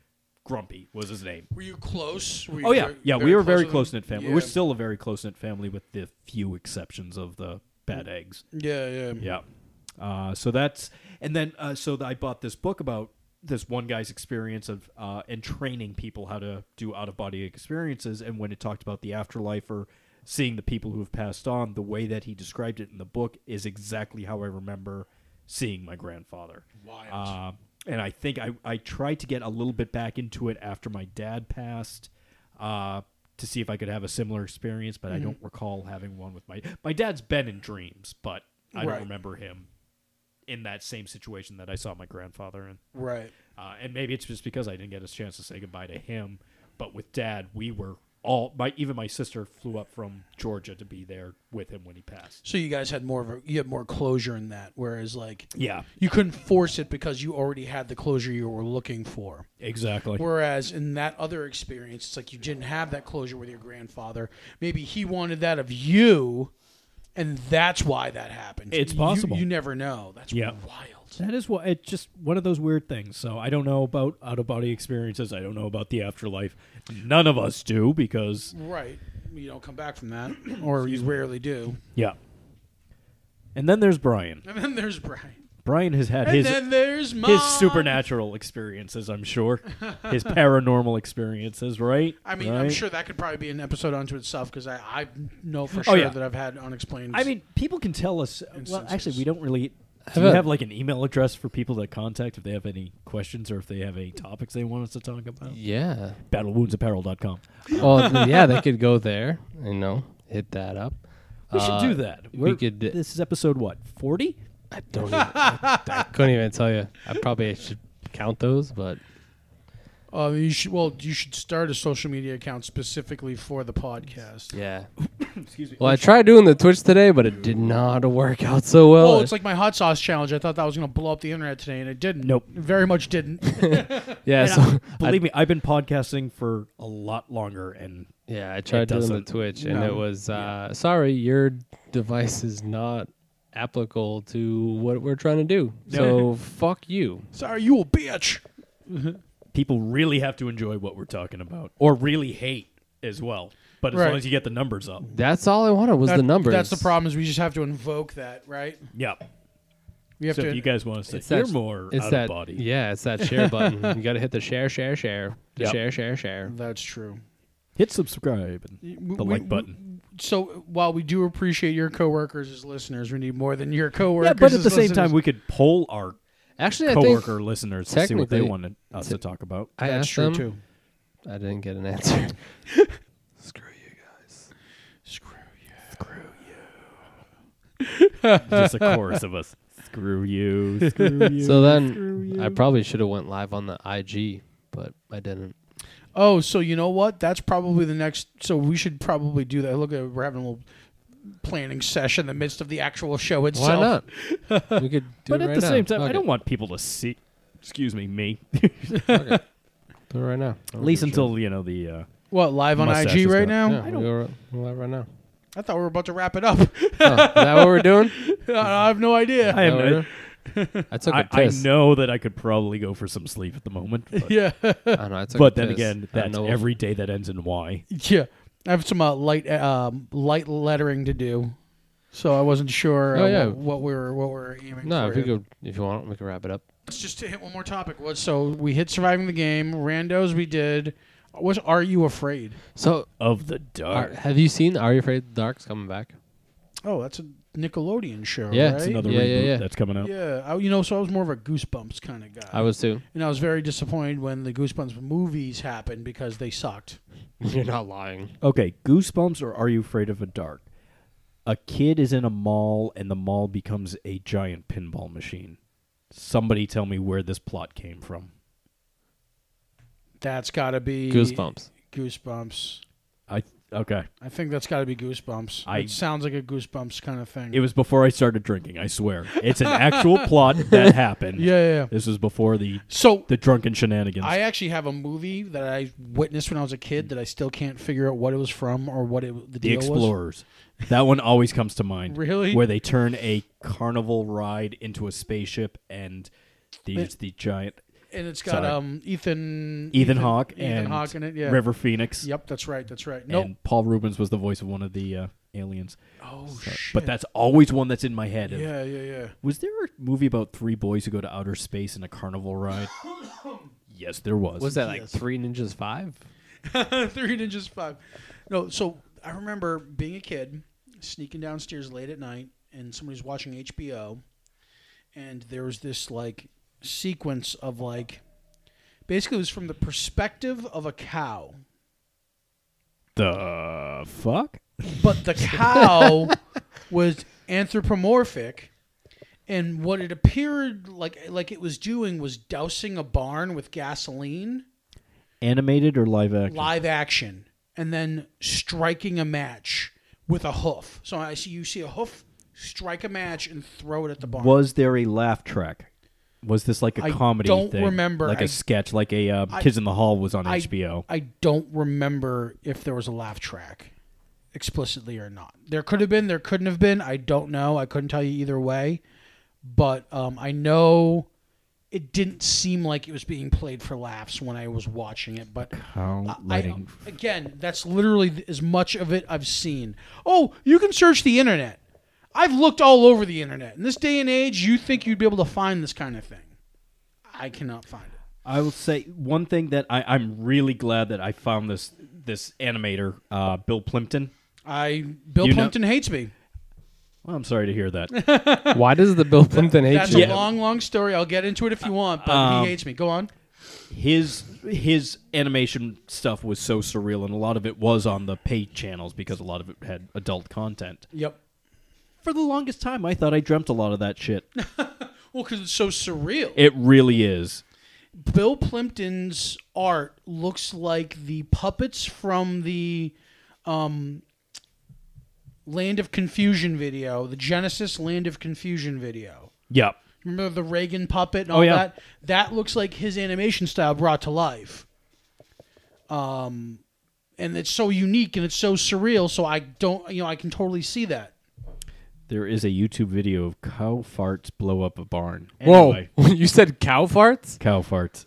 Speaker 5: grumpy was his name.
Speaker 3: Were you close? Were you
Speaker 5: Oh yeah,
Speaker 3: ver-
Speaker 5: yeah. We were very
Speaker 3: with him?
Speaker 5: close knit family. We're
Speaker 3: Yeah.
Speaker 5: still a very close knit family, with the few exceptions of the bad eggs.
Speaker 3: Yeah, yeah.
Speaker 5: Yeah. Uh, so that's and then uh, so I bought this book about this one guy's experience of uh, and training people how to do out of body experiences, and when it talked about the afterlife or seeing the people who have passed on, the way that he described it in the book is exactly how I remember seeing my grandfather. Wild. Uh, and I think I, I tried to get a little bit back into it after my dad passed uh, to see if I could have a similar experience, but I don't recall having one with my my dad's been in dreams, but I
Speaker 3: Right.
Speaker 5: don't remember him in that same situation that I saw my grandfather in.
Speaker 3: Right.
Speaker 5: Uh, and maybe it's just because I didn't get a chance to say goodbye to him. But with dad, we were all my even my sister flew up from Georgia to be there with him when he passed.
Speaker 3: So you guys had more of a you had more closure in that, whereas like
Speaker 5: Yeah,
Speaker 3: you couldn't force it because you already had the closure you were looking for.
Speaker 5: exactly.
Speaker 3: Whereas in that other experience, it's like you didn't have that closure with your grandfather. Maybe he wanted that of you, and that's why that happened.
Speaker 5: It's
Speaker 3: You-
Speaker 5: possible.
Speaker 3: You, never know. That's
Speaker 5: Yeah.
Speaker 3: wild.
Speaker 5: That is what it's just one of those weird things. So I don't know about out of body experiences. I don't know about the afterlife. None of us do because
Speaker 3: Right. You don't come back from that, [coughs] or you rarely do.
Speaker 5: yeah. And then there's Brian.
Speaker 3: [coughs] And then there's Brian.
Speaker 5: Brian has had
Speaker 3: And
Speaker 5: his
Speaker 3: then there's Mom.
Speaker 5: his supernatural experiences, I'm sure.
Speaker 3: [laughs]
Speaker 5: His paranormal experiences, right?
Speaker 3: I mean, I'm
Speaker 5: Right?
Speaker 3: sure that could probably be an episode unto itself because I, I know for
Speaker 5: Oh,
Speaker 3: sure
Speaker 5: yeah.
Speaker 3: that I've had unexplained.
Speaker 5: I mean, people can tell us. uh, Well, actually,
Speaker 3: Instances.
Speaker 5: we don't really. Do
Speaker 4: Have
Speaker 5: we
Speaker 4: a-
Speaker 5: have like an email address for people to contact if they have any questions or if they have any topics they want us to talk about?
Speaker 4: Yeah.
Speaker 5: Battlewoundsapparel.com.
Speaker 4: Well, th- yeah, they could go there. You know, hit that up.
Speaker 5: We
Speaker 4: Uh,
Speaker 5: should do that.
Speaker 4: we
Speaker 5: We're-
Speaker 3: uh,
Speaker 4: could-
Speaker 5: This is episode what forty?
Speaker 4: I don't. Even, I, I couldn't even tell you. I probably should count those, but
Speaker 3: uh, you should, well, you should start a social media account specifically for the podcast. [coughs]
Speaker 4: yeah.
Speaker 5: Excuse me.
Speaker 4: Well, I tried doing the Twitch today, but it did not work out so well.
Speaker 3: Oh, it's like my hot sauce challenge. I thought that was going to blow up the internet today, and it didn't.
Speaker 5: Nope.
Speaker 3: It very much
Speaker 5: [laughs]
Speaker 3: didn't.
Speaker 4: yeah.
Speaker 5: And
Speaker 4: So
Speaker 5: I- [laughs] believe me, I've been podcasting for a lot longer, and
Speaker 4: [laughs] Yeah, I tried doing the
Speaker 5: doesn't-
Speaker 4: Twitch, and it
Speaker 3: no.
Speaker 4: was uh, sorry, your device is not applicable to what we're trying to do. So fuck you.
Speaker 3: Sorry, you a bitch.
Speaker 5: people really have to enjoy what we're talking about, or really hate as well. But as
Speaker 3: Right.
Speaker 5: long as you get the numbers up,
Speaker 4: That's all I wanted was the
Speaker 3: That-
Speaker 4: numbers.
Speaker 3: That's the problem. Is we just have to invoke that, right?
Speaker 5: yeah.
Speaker 3: We have
Speaker 5: So
Speaker 3: to.
Speaker 5: if you guys want us to
Speaker 4: It's
Speaker 5: hear
Speaker 4: that-
Speaker 5: more
Speaker 4: It's
Speaker 5: out
Speaker 4: that
Speaker 5: of body,
Speaker 4: yeah, it's that
Speaker 5: [laughs]
Speaker 4: share button. You got to hit the share, share, share, the
Speaker 5: Yep.
Speaker 4: share, share, share.
Speaker 3: that's true.
Speaker 5: hit subscribe and
Speaker 3: We-
Speaker 5: the
Speaker 3: we-
Speaker 5: like button.
Speaker 3: So while we do appreciate your coworkers as listeners, we need more than your coworkers.
Speaker 5: Yeah, but at
Speaker 3: as
Speaker 5: the same
Speaker 3: listeners.
Speaker 5: time, we could poll
Speaker 4: [laughs]
Speaker 5: our
Speaker 4: Actually, I think
Speaker 5: coworker listeners to see what they
Speaker 4: technically-
Speaker 5: wanted us to
Speaker 4: [laughs]
Speaker 5: talk about.
Speaker 4: I
Speaker 3: that's
Speaker 4: asked
Speaker 3: true
Speaker 4: them.
Speaker 3: too.
Speaker 4: I didn't get an answer. [laughs] Screw you guys.
Speaker 3: Screw you.
Speaker 5: Just a chorus of us.
Speaker 4: [laughs]
Speaker 5: Screw you. Screw you.
Speaker 4: So then, I probably should have went live on the IG, but I didn't.
Speaker 3: Oh, so you know what? That's probably the next. So we should probably do that. Look, we're having a little planning session in the midst of the actual show itself.
Speaker 4: Why
Speaker 5: [laughs]
Speaker 4: not? we could do
Speaker 5: but
Speaker 4: it
Speaker 5: at
Speaker 4: right
Speaker 5: the
Speaker 4: now.
Speaker 5: same time,
Speaker 4: Fuck
Speaker 5: I
Speaker 4: it.
Speaker 5: don't want people to see. Excuse
Speaker 4: [laughs]
Speaker 5: me, me. [laughs] Oh,
Speaker 4: do it right now.
Speaker 5: at least until you know the. Uh,
Speaker 3: What live on
Speaker 5: Mustache
Speaker 3: IG
Speaker 5: is
Speaker 3: right
Speaker 5: gone.
Speaker 3: now?
Speaker 4: Yeah, we're, we're live right
Speaker 5: [laughs]
Speaker 4: now.
Speaker 3: I thought we were about to wrap it up.
Speaker 4: Oh, is that what we're doing?
Speaker 3: I have no idea. [laughs]
Speaker 5: I
Speaker 4: Is that what
Speaker 5: am.
Speaker 4: we're doing? I took a
Speaker 5: I, I
Speaker 4: piss.
Speaker 5: know that I could probably go for some sleep at
Speaker 4: [laughs]
Speaker 5: the moment. But,
Speaker 3: yeah, [laughs]
Speaker 4: I know, I took
Speaker 5: but
Speaker 4: a
Speaker 5: then
Speaker 4: piss.
Speaker 5: again,
Speaker 4: I
Speaker 5: that's
Speaker 4: know-
Speaker 5: every day that ends in Y.
Speaker 3: yeah. I have some uh, light um, light lettering to do, so I wasn't sure uh,
Speaker 4: Oh, yeah.
Speaker 3: what, what we were what we were aiming.
Speaker 4: No,
Speaker 3: for
Speaker 4: if we
Speaker 3: here.
Speaker 4: could, if you want, we can wrap it up.
Speaker 3: Let's just hit one more topic. What? So we hit surviving the game. Randos we did. What are you afraid?
Speaker 4: So,
Speaker 6: of the
Speaker 4: are,
Speaker 6: dark.
Speaker 4: have you seen Are You Afraid of the Dark's coming back?
Speaker 3: Oh, that's a Nickelodeon show.
Speaker 4: Yeah,
Speaker 3: right?
Speaker 4: it's
Speaker 6: Another
Speaker 4: Yeah, yeah,
Speaker 6: reboot
Speaker 4: yeah.
Speaker 6: that's coming out.
Speaker 3: Yeah, I, you know, so I was more of a Goosebumps kind of guy.
Speaker 4: I was too.
Speaker 3: and I was very disappointed when the Goosebumps movies happened because they sucked.
Speaker 4: [laughs] You're not lying.
Speaker 6: Okay, Goosebumps or Are You Afraid of the Dark?
Speaker 5: A kid is in a mall and the mall becomes a giant pinball machine. Somebody tell me where this plot came from.
Speaker 3: That's got to be
Speaker 4: Goosebumps.
Speaker 3: Goosebumps.
Speaker 5: I okay.
Speaker 3: I think that's got to be Goosebumps.
Speaker 5: I-
Speaker 3: it sounds like a Goosebumps kind of thing.
Speaker 5: It was before I started drinking, I swear. It's an
Speaker 3: [laughs]
Speaker 5: actual plot that happened.
Speaker 3: yeah, yeah, yeah.
Speaker 5: This was before the
Speaker 3: So
Speaker 5: [laughs] the drunken shenanigans.
Speaker 3: I actually have a movie that I witnessed when I was a kid that I still can't figure out what it was from or what it the
Speaker 5: the
Speaker 3: deal was.
Speaker 5: explorers. that one always comes to mind.
Speaker 3: Really?
Speaker 5: Where they turn a carnival ride into a spaceship and these the giant
Speaker 3: And it's got
Speaker 5: Sorry.
Speaker 3: um Ethan
Speaker 5: Ethan Hawke
Speaker 3: Ethan
Speaker 5: and
Speaker 3: Hawke in it. Yeah.
Speaker 5: River Phoenix.
Speaker 3: Yep, that's right. That's right. Nope.
Speaker 5: And Paul Rubens was the voice of one of the uh, aliens.
Speaker 3: oh shit.
Speaker 5: But that's always one that's in my head. And
Speaker 3: yeah, yeah, yeah.
Speaker 5: Was there a movie about three boys who go to outer space in a
Speaker 3: [coughs]
Speaker 5: carnival ride? yes, there was.
Speaker 4: Was that like
Speaker 3: Yes.
Speaker 4: Three Ninjas Five?
Speaker 3: [laughs] Three Ninjas Five. No, so I remember being a kid, sneaking downstairs late at night, and somebody's watching HBO, and there was this like sequence of like, basically it was from the perspective of a cow,
Speaker 5: the fuck?
Speaker 3: but the cow was anthropomorphic. And what it appeared like like it was doing was dousing a barn with gasoline,
Speaker 5: Animated or live action?
Speaker 3: live action and then striking a match with a hoof. So I see you see a hoof, strike a match, and throw it at the barn.
Speaker 5: Was there a laugh track? Was this like a
Speaker 3: I
Speaker 5: comedy?
Speaker 3: don't
Speaker 5: thing?
Speaker 3: remember.
Speaker 5: Like a
Speaker 3: I-
Speaker 5: sketch, like a uh,
Speaker 3: I-
Speaker 5: Kids in the Hall was on
Speaker 3: I,
Speaker 5: HBO.
Speaker 3: I don't remember if there was a laugh track explicitly or not. There could have been, there couldn't have been. I don't know. I couldn't tell you either way. But um, I know it didn't seem like it was being played for laughs when I was watching it. But I-
Speaker 5: lighting.
Speaker 3: I, again, that's literally th- as much of it I've seen. Oh, you can search the internet. I've looked all over the internet. In this day and age, you think you'd be able to find this kind of thing. I cannot find it.
Speaker 5: I will say one thing that I, I'm really glad that I found this this animator, uh, Bill Plimpton.
Speaker 3: I Bill
Speaker 5: You know-
Speaker 3: Plimpton hates me.
Speaker 5: Well, I'm sorry to hear that.
Speaker 4: Why does the Bill Plimpton hate
Speaker 3: That's
Speaker 4: you?
Speaker 3: a long, long story. I'll get into it if you want, but
Speaker 5: Um,
Speaker 3: he hates me. Go on.
Speaker 5: his his animation stuff was so surreal, and a lot of it was on the paid channels because a lot of it had adult content.
Speaker 3: Yep.
Speaker 5: For the longest time, I thought I dreamt a lot of that [laughs] shit.
Speaker 3: Well, because it's so surreal.
Speaker 5: it really is.
Speaker 3: Bill Plimpton's art looks like the puppets from the um, Land of Confusion video, the Genesis Land of Confusion video.
Speaker 5: Yep.
Speaker 3: Remember the Reagan puppet and all
Speaker 5: Oh, yeah.
Speaker 3: that? That looks like his animation style brought to life. Um, and it's so unique and it's so surreal. So I don't, you know, I can totally see that.
Speaker 5: There is a YouTube video of cow farts blow up a barn.
Speaker 4: Whoa!
Speaker 5: Anyway,
Speaker 4: [laughs] you said cow farts?
Speaker 5: cow farts.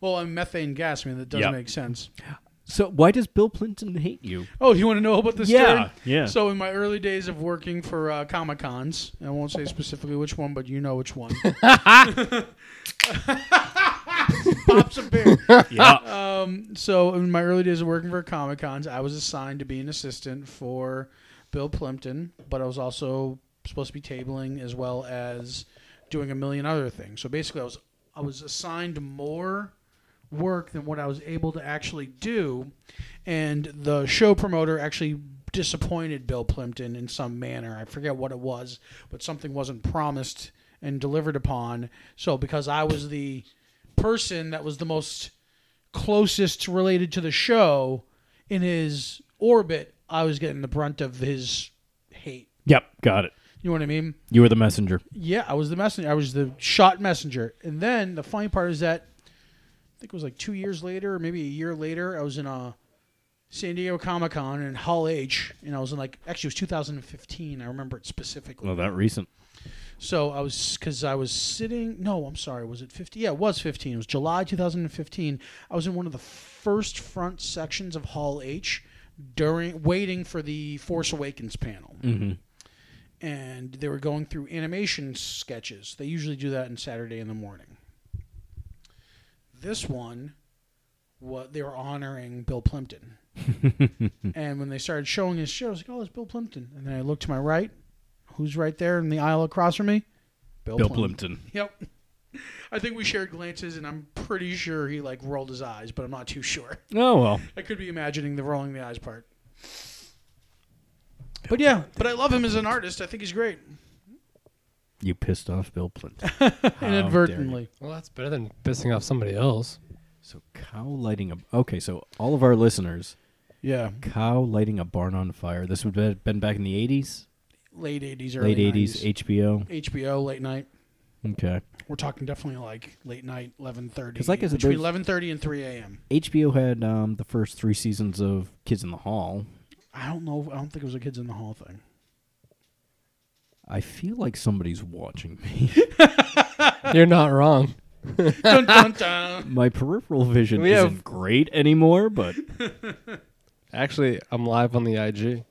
Speaker 3: Well, I'm methane gas. I mean, that does
Speaker 5: Yeah.
Speaker 3: make sense.
Speaker 5: So why does Bill Clinton hate you?
Speaker 3: Oh, you want to know about this
Speaker 5: Yeah,
Speaker 3: story?
Speaker 5: yeah.
Speaker 3: So in my early days of working for uh, Comic Cons, and I won't say specifically which one, but you know which one. [laughs] Pops a beer.
Speaker 5: Yeah.
Speaker 3: So in my early days of working for Comic Cons, I was assigned to be an assistant for Bill Plimpton, but I was also supposed to be tabling as well as doing a million other things. So basically, I was I was assigned more work than what I was able to actually do, and the show promoter actually disappointed Bill Plimpton in some manner. I forget what it was, but something wasn't promised and delivered upon. So because I was the person that was the most closest related to the show in his orbit, I was getting the brunt of his hate.
Speaker 5: yep. Got it.
Speaker 3: You know what I mean?
Speaker 5: You were the messenger.
Speaker 3: Yeah, I was the messenger. I was the shot messenger. And then the funny part is that I think it was like two years later, or maybe a year later, I was in a San Diego Comic Con in Hall H, and I was in like actually it was 2015. I remember it specifically.
Speaker 5: Well, that recent.
Speaker 3: So I was because I was sitting. No, I'm sorry. Was it 50? Yeah, it was 15. It was July 2015. I was in one of the first front sections of Hall H during waiting for the Force Awakens panel. And they were going through animation sketches. They usually do that on Saturday in the morning. This one what they were honoring Bill
Speaker 5: [laughs]
Speaker 3: Plimpton. and when they started showing his show, I was like, "Oh, it's Bill Plimpton." And then I looked to my right, who's right there in the aisle across from me?
Speaker 5: Bill Plimpton.
Speaker 3: [laughs] Yep. I think we shared glances, and I'm pretty sure he like rolled his eyes, but I'm not too sure.
Speaker 5: Oh well.
Speaker 3: I could be imagining the rolling the eyes part. But yeah, but I love him as an artist. I think he's great.
Speaker 5: You pissed off Bill [laughs] Plimpton.
Speaker 3: Inadvertently.
Speaker 4: Well, that's better than pissing off somebody else.
Speaker 5: So cow lighting a okay. So all of our listeners,
Speaker 3: Yeah.
Speaker 5: cow lighting a barn on fire. This would have been back in the eighties,
Speaker 3: Late 80s, early
Speaker 5: late eighties, HBO.
Speaker 3: HBO, late night.
Speaker 5: Okay.
Speaker 3: We're talking definitely like late night, 11.30.
Speaker 5: 'Cause like I said,
Speaker 3: between
Speaker 5: there's-
Speaker 3: 11.30 and 3 a.m.
Speaker 5: HBO had um, the first three seasons of Kids in the Hall.
Speaker 3: I don't know. I don't think it was a Kids in the Hall thing.
Speaker 5: I feel like somebody's watching me.
Speaker 4: [laughs]
Speaker 5: [laughs]
Speaker 4: You're not wrong.
Speaker 3: [laughs] dun, dun, [laughs] dun.
Speaker 5: My peripheral vision
Speaker 4: We
Speaker 5: isn't
Speaker 4: have-
Speaker 5: great anymore, but
Speaker 4: Actually, I'm live on the IG.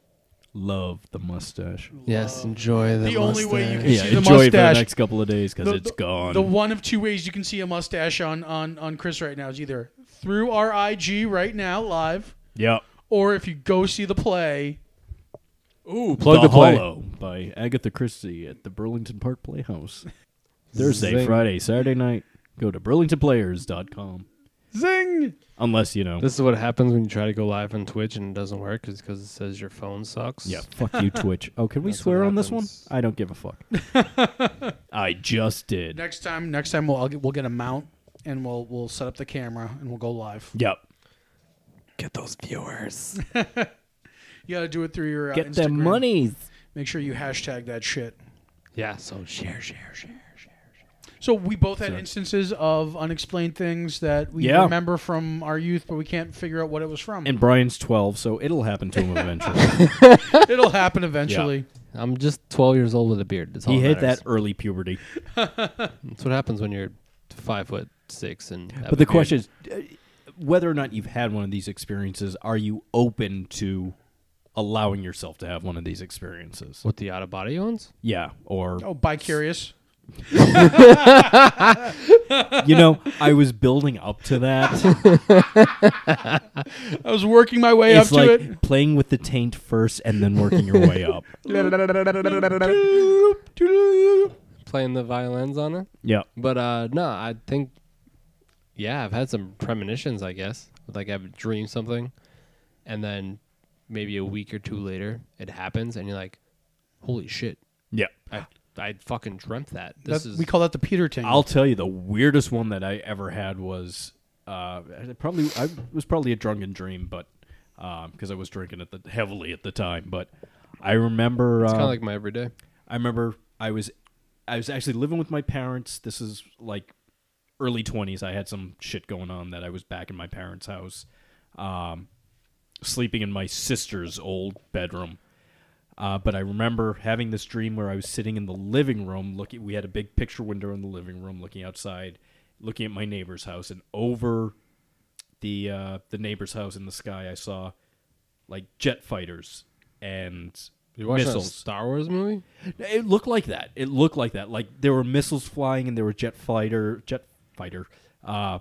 Speaker 5: love the mustache.
Speaker 4: Yes, enjoy the.
Speaker 3: The only way you
Speaker 4: mustache.
Speaker 3: can
Speaker 5: Yeah,
Speaker 3: see the
Speaker 5: enjoy it for the
Speaker 3: mustache.
Speaker 5: next couple of days because it's gone.
Speaker 3: The one of two ways you can see a mustache on, on, on Chris right now is either through our IG right now, live,
Speaker 5: yep.
Speaker 3: or if you go see the play.
Speaker 5: Ooh,
Speaker 4: plug
Speaker 5: the
Speaker 4: the play.
Speaker 5: Hollow by Agatha Christie at the Burlington
Speaker 4: [laughs]
Speaker 5: Park Playhouse. Thursday,
Speaker 4: Zing.
Speaker 5: Friday, Saturday night. Go to burlingtonplayers.com.
Speaker 3: Zing!
Speaker 5: Unless, you know.
Speaker 4: This is what happens when you try to go live on Twitch and it doesn't work is because it says your phone sucks.
Speaker 5: yeah, fuck you, Twitch. Oh, can we
Speaker 4: That's
Speaker 5: swear
Speaker 4: what
Speaker 5: on this one?
Speaker 4: happens.
Speaker 5: I don't give a fuck.
Speaker 4: [laughs]
Speaker 5: I just did.
Speaker 3: Next time, next time we'll I'll get, we'll get a mount and we'll we'll set up the camera and we'll go live.
Speaker 5: Yep.
Speaker 4: Get those viewers.
Speaker 3: You got to do it through your uh,
Speaker 5: Get them
Speaker 3: Instagram.
Speaker 5: monies.
Speaker 3: Make sure you hashtag that shit.
Speaker 4: [laughs] yeah, so share, share, share, share.
Speaker 3: So we both had instances of unexplained things that we
Speaker 5: Yeah.
Speaker 3: remember from our youth, but we can't figure out what it was from.
Speaker 5: And Brian's 12, so it'll happen to
Speaker 4: [laughs]
Speaker 5: him eventually.
Speaker 3: [laughs] It'll happen eventually.
Speaker 4: I'm just 12 years old with a beard. That's all
Speaker 5: he
Speaker 4: that
Speaker 5: hit that
Speaker 4: matters.
Speaker 5: early puberty.
Speaker 4: That's what happens when you're five foot six and. have a
Speaker 5: But the
Speaker 4: beard.
Speaker 5: question is uh, whether or not you've had one of these experiences, are you open to allowing yourself to have one of these experiences?
Speaker 4: With the out of body ones?
Speaker 5: Yeah, or
Speaker 3: Oh, bi curious. Oh.
Speaker 5: you know, I was building up to
Speaker 3: [laughs]
Speaker 5: that.
Speaker 3: I was working my way
Speaker 5: it's
Speaker 3: up
Speaker 5: like
Speaker 3: to
Speaker 5: playing with the taint first and then working your
Speaker 3: [laughs]
Speaker 5: way up.
Speaker 3: it.
Speaker 4: Playing the violins on it?
Speaker 5: Yeah.
Speaker 4: But uh no, I think yeah, I've had some premonitions, I guess. Like I've dreamed something and then maybe a week or two later it happens and you're like, Holy shit.
Speaker 5: Yeah.
Speaker 4: I I fucking dreamt that. This
Speaker 3: That-
Speaker 4: is
Speaker 3: we call that the Peter tingle.
Speaker 5: I'll tell you the weirdest one that I ever had was uh, I probably I was probably a drunken dream, but because I was drinking at the heavily at the time, but I remember
Speaker 4: it's
Speaker 5: uh,
Speaker 4: kinda like my everyday.
Speaker 5: I remember I was I was actually living with my parents. This is like early 20s. I had some shit going on that I was back in my parents' house. Um sleeping in my sister's old bedroom. Uh, but I remember having this dream where I was sitting in the living room looking we had a big picture window in the living room looking outside, looking at my neighbor's house and over the uh, the neighbor's house in the sky I saw like jet fighters and
Speaker 4: You watching a
Speaker 5: missiles.
Speaker 4: Star Wars movie?
Speaker 5: It looked like that. It looked like that. Like there were missiles flying and there were jet fighter, jet fighter. Uh,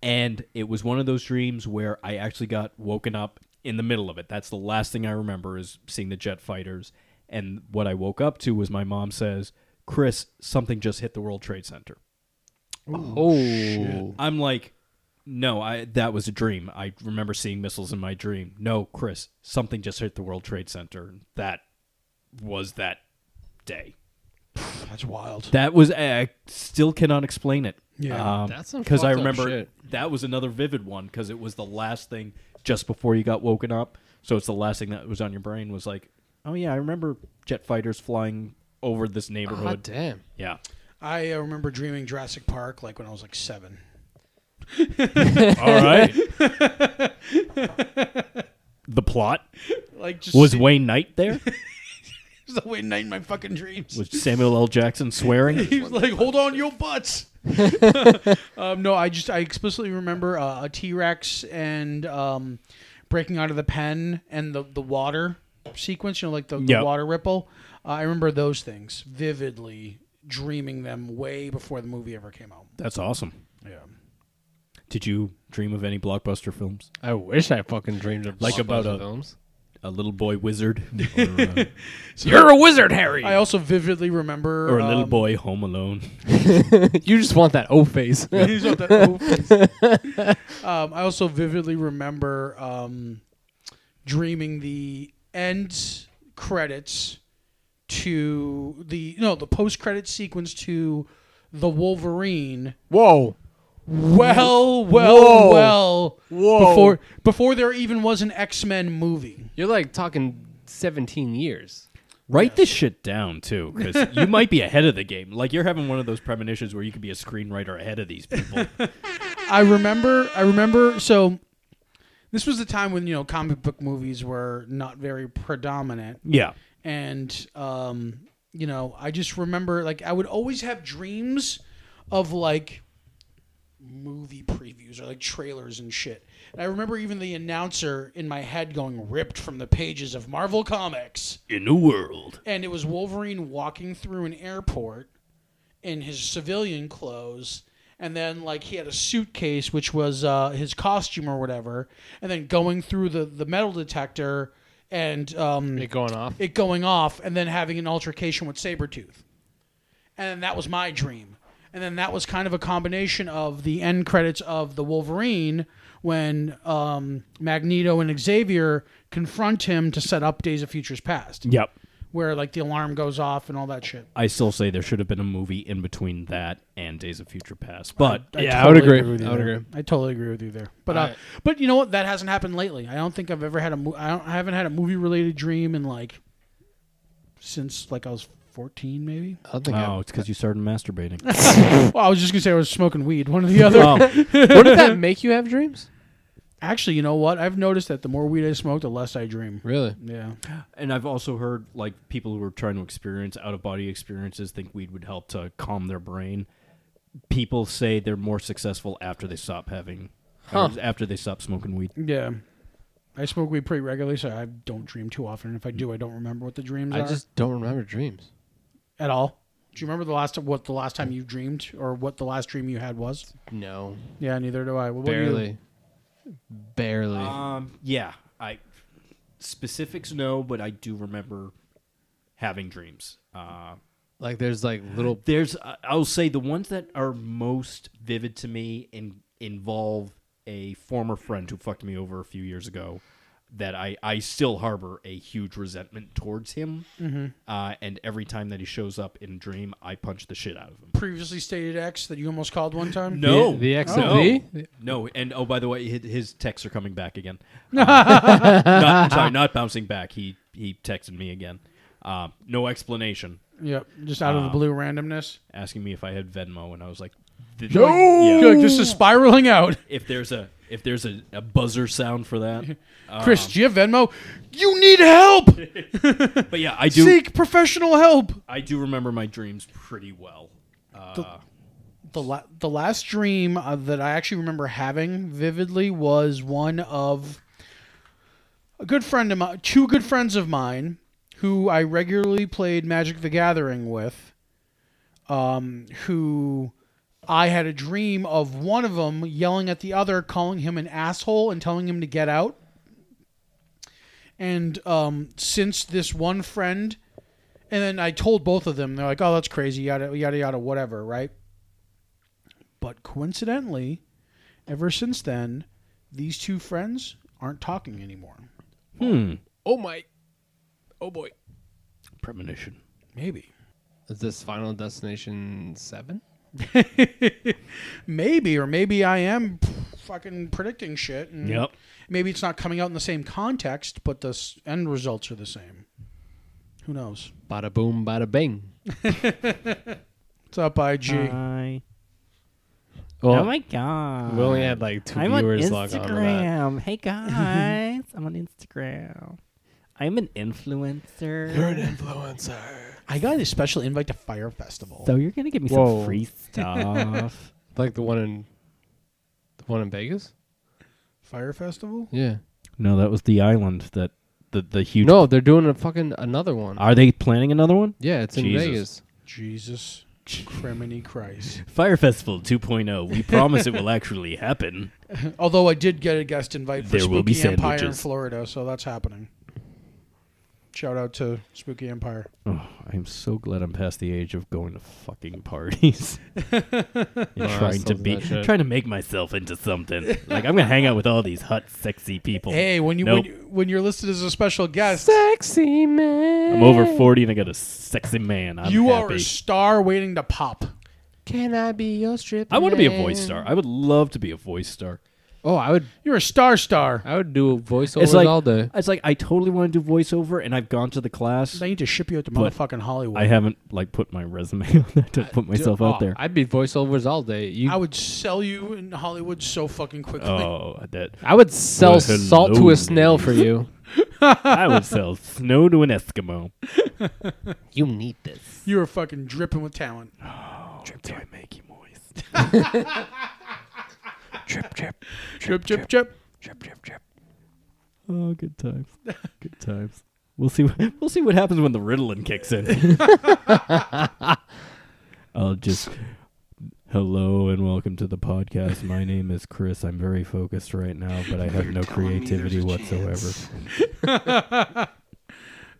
Speaker 5: and it was one of those dreams where I actually got woken up in the middle of it. That's the last thing I remember is seeing the jet fighters. And what I woke up to was my mom says, "Chris, something just hit the World Trade Center."
Speaker 4: oh
Speaker 5: I'm like, no, I that was a dream. I remember seeing missiles in my dream. No, Chris, something just hit the World Trade Center. That was that day.
Speaker 3: That's wild.
Speaker 5: That uh, was I still cannot explain it.
Speaker 3: Yeah.
Speaker 4: That's some
Speaker 5: because I
Speaker 4: fucked up
Speaker 5: remember
Speaker 4: shit.
Speaker 5: that was another vivid one because it was the last thing just before you got woken up. So it's the last thing that was on your brain was like, oh yeah, I remember jet fighters flying over this
Speaker 4: God
Speaker 5: neighborhood.
Speaker 4: damn. [laughs]
Speaker 5: yeah,
Speaker 3: I uh, remember dreaming Jurassic Park like when I was like seven.
Speaker 5: all right. [laughs] the plot
Speaker 3: Like just [laughs]
Speaker 5: was
Speaker 3: see-
Speaker 5: Wayne Knight there?
Speaker 3: It was the way night in my fucking dreams.
Speaker 5: Was Samuel L. Jackson swearing?
Speaker 4: [laughs]
Speaker 3: He was like, "Hold on, to your
Speaker 5: [laughs]
Speaker 3: butts." um, no, I just I explicitly remember uh, a T Rex and um, breaking out of the pen and the the water sequence. You know, like the, the
Speaker 5: Yep.
Speaker 3: water ripple. Uh, I remember those things vividly, dreaming them way before the movie ever came out.
Speaker 5: That's awesome.
Speaker 3: Yeah.
Speaker 5: Did you dream of any blockbuster films?
Speaker 4: I wish I fucking dreamed of
Speaker 5: Like about
Speaker 4: blockbuster
Speaker 5: a-
Speaker 4: films.
Speaker 5: A little boy wizard, or, uh,
Speaker 4: [laughs] You're a wizard, Harry.
Speaker 3: I also vividly remember.
Speaker 5: or a little
Speaker 3: um,
Speaker 5: boy home alone.
Speaker 4: [laughs] you just want that O [laughs] face.
Speaker 3: He's got that O
Speaker 4: [laughs]
Speaker 3: face. um, I also vividly remember um, dreaming the end credits to the no the post credit sequence to the Wolverine.
Speaker 4: Whoa.
Speaker 3: Well, well,
Speaker 4: Whoa.
Speaker 3: well.
Speaker 4: Whoa.
Speaker 3: Before before there even was an X Men movie.
Speaker 4: You're like talking 17 years.
Speaker 5: Write this shit down too, [laughs] because you might be ahead of the game. Like you're having one of those premonitions where you could be a screenwriter ahead of these people.
Speaker 3: I remember. I remember. So. This was the time when you know comic book movies were not very predominant.
Speaker 5: [laughs] yeah,
Speaker 3: and um, you know, I just remember like I would always have dreams of like movie previews or like trailers and shit. And I remember even the announcer in my head going ripped from the pages of Marvel Comics,
Speaker 5: in the world.
Speaker 3: and it was Wolverine walking through an airport in his civilian clothes. And then, like, he had a suitcase, which was uh, his costume or whatever. And then going through the, the metal detector and um,
Speaker 4: It going off.
Speaker 3: it going off and then having an altercation with Sabretooth. And that was my dream. And then that was kind of a combination of the end credits of the Wolverine when um, Magneto and Xavier confront him to set up Days of Futures Past,
Speaker 5: Yep.
Speaker 3: where like the alarm goes off and all that shit.
Speaker 5: I still say there should have been a movie in between that and Days of Future Past, but
Speaker 4: Yeah, I would agree. I would
Speaker 3: there.
Speaker 4: agree.
Speaker 3: I totally agree with you there. But uh,
Speaker 4: Alright.
Speaker 3: but you know what? That hasn't happened lately. I don't think I've ever had a mo- I, don't, I haven't had a movie related dream in like since like I was fourteen maybe.
Speaker 4: I don't think
Speaker 5: oh, it's because you started [laughs] masturbating.
Speaker 3: Well, I was just gonna say I was smoking weed. One or
Speaker 4: [laughs]
Speaker 3: the other.
Speaker 5: oh,
Speaker 4: I, [laughs] What [laughs] did that make you have dreams?
Speaker 3: Actually, you know what? I've noticed that the more weed I smoke, the less I dream.
Speaker 4: Really?
Speaker 3: Yeah.
Speaker 5: and I've also heard like people who are trying to experience out of body experiences think weed would help to calm their brain. People say they're more successful after they stop having,
Speaker 4: Huh.
Speaker 5: after they stop smoking weed.
Speaker 3: Yeah. I smoke weed pretty regularly, so I don't dream too often. And if I do, I don't remember what the dreams
Speaker 4: I
Speaker 3: are
Speaker 4: just don't remember dreams.
Speaker 3: at all. Do you remember the last what the last time you dreamed or what the last dream you had was?
Speaker 4: No.
Speaker 3: Yeah, neither do I. What about you?
Speaker 4: Barely. Barely.
Speaker 5: Um, yeah, I specifics no, but I do remember having dreams. Uh,
Speaker 4: like there's like little.
Speaker 5: there's I- I'll say the ones that are most vivid to me and involve a former friend who fucked me over a few years ago that I, I still harbor a huge resentment towards him. Uh, and every time that he shows up in a dream, I punch the shit out of him.
Speaker 3: Previously stated X that you almost called one time.
Speaker 5: No.
Speaker 4: The- the X
Speaker 5: no.
Speaker 4: and
Speaker 5: No. And oh, by the way, his, his texts are coming
Speaker 4: [laughs]
Speaker 5: back again. Um, not, sorry, not bouncing back. He he texted me again. Um, no explanation,
Speaker 3: Yep. Just out of the blue randomness.
Speaker 5: asking me if I had Venmo, and I was like, "Did-
Speaker 3: You're like, this is spiraling out.
Speaker 5: if there's a if there's a, a buzzer sound for [laughs] that.
Speaker 3: Chris,
Speaker 4: Um.
Speaker 3: do you have Venmo? You need help.
Speaker 5: But yeah, I do
Speaker 3: Seek professional help.
Speaker 5: I do remember my dreams pretty well.
Speaker 3: the la- the last dream uh, that I actually remember having vividly was one of a good friend of mine, two good friends of mine, who I regularly played Magic the Gathering with. Um, who I had a dream of one of them yelling at the other, calling him an asshole, and telling him to get out. And um, since this one friend, and then I told both of them, they're like, "Oh, that's crazy, yada yada yada, whatever," right? But coincidentally, ever since then, these two friends aren't talking anymore.
Speaker 4: Oh my. Oh boy.
Speaker 5: Premonition.
Speaker 3: Maybe.
Speaker 4: Is this Final Destination 7?
Speaker 3: Maybe, or maybe I am p- fucking predicting shit. And
Speaker 5: Yep.
Speaker 3: Maybe it's not coming out in the same context, but the s- end results are the same. Who knows?
Speaker 4: Bada boom, bada bing.
Speaker 3: What's up, IG?
Speaker 7: Hi.
Speaker 4: Well,
Speaker 7: oh my god.
Speaker 4: we only had like 2
Speaker 7: I'm
Speaker 4: viewers
Speaker 7: on
Speaker 4: log on. to that.
Speaker 7: Instagram.
Speaker 4: [laughs]
Speaker 7: Hey guys, I'm on Instagram. I'm an
Speaker 4: [gasps]
Speaker 7: influencer.
Speaker 4: Influencer.
Speaker 3: I got a special invite to Fire Festival.
Speaker 7: so you're gonna give me
Speaker 4: Whoa.
Speaker 7: some free stuff.
Speaker 4: Like the one in. The one in Vegas?
Speaker 3: Fire Festival?
Speaker 4: Yeah.
Speaker 5: [laughs] No, that was the island that the the huge.
Speaker 4: No, they're doing a fucking another one.
Speaker 5: Are they planning another one?
Speaker 4: Yeah, it's in
Speaker 5: Jesus.
Speaker 4: Vegas.
Speaker 3: Jesus. Criminy Christ. [laughs]
Speaker 5: Fire Festival 2.0. We promise it will actually happen.
Speaker 3: Although I did get a guest invite for
Speaker 5: There
Speaker 3: Spooky
Speaker 5: will be
Speaker 3: Empire in
Speaker 5: sandwiches.
Speaker 3: Florida, so that's happening. Shout out to Spooky Empire.
Speaker 5: Oh, I'm so glad I'm past the age of going to fucking parties and [laughs] trying to be trying to make myself into something. like I'm gonna hang out with all these hot, sexy people.
Speaker 3: Hey, when you
Speaker 5: Nope.
Speaker 3: when, you, when you're listed as a special guest,
Speaker 4: sexy man.
Speaker 5: I'm over 40 and I got a sexy man. I'm
Speaker 3: you are a
Speaker 5: happy.
Speaker 3: star waiting to pop.
Speaker 4: Can I be your stripper?
Speaker 5: I want to be a voice star. I would love to be a voice star.
Speaker 4: Oh, I would.
Speaker 3: You're a star star.
Speaker 4: I would do voiceovers
Speaker 5: It's like-
Speaker 4: all day.
Speaker 5: It's like I totally want to do voiceover, and I've gone to the class.
Speaker 3: They need to ship you out to
Speaker 5: But
Speaker 3: motherfucking Hollywood.
Speaker 5: I haven't like put my resume [laughs] on that to put myself out
Speaker 4: Oh,
Speaker 5: there.
Speaker 4: I'd be voiceovers all day. You,
Speaker 3: I
Speaker 4: I would,
Speaker 3: would sell you in Hollywood so fucking quickly.
Speaker 5: Oh, that
Speaker 4: sell
Speaker 5: Well,
Speaker 4: salt to
Speaker 5: hello,
Speaker 4: a snail for [laughs] you.
Speaker 5: I
Speaker 3: [laughs]
Speaker 5: would sell snow to an Eskimo.
Speaker 4: you need this.
Speaker 3: You are fucking dripping with talent.
Speaker 5: Trip to I make you moist. [laughs]
Speaker 4: Trip, trip,
Speaker 3: Drip, drip, drip.
Speaker 4: trip, trip, trip.
Speaker 5: Oh, good [laughs] times. Good times. We'll see. What, we'll see what happens when the Ritalin kicks [laughs] in. I'll just hello and welcome to the podcast. My name is Chris. I'm very focused right now, but I have no creativity whatsoever.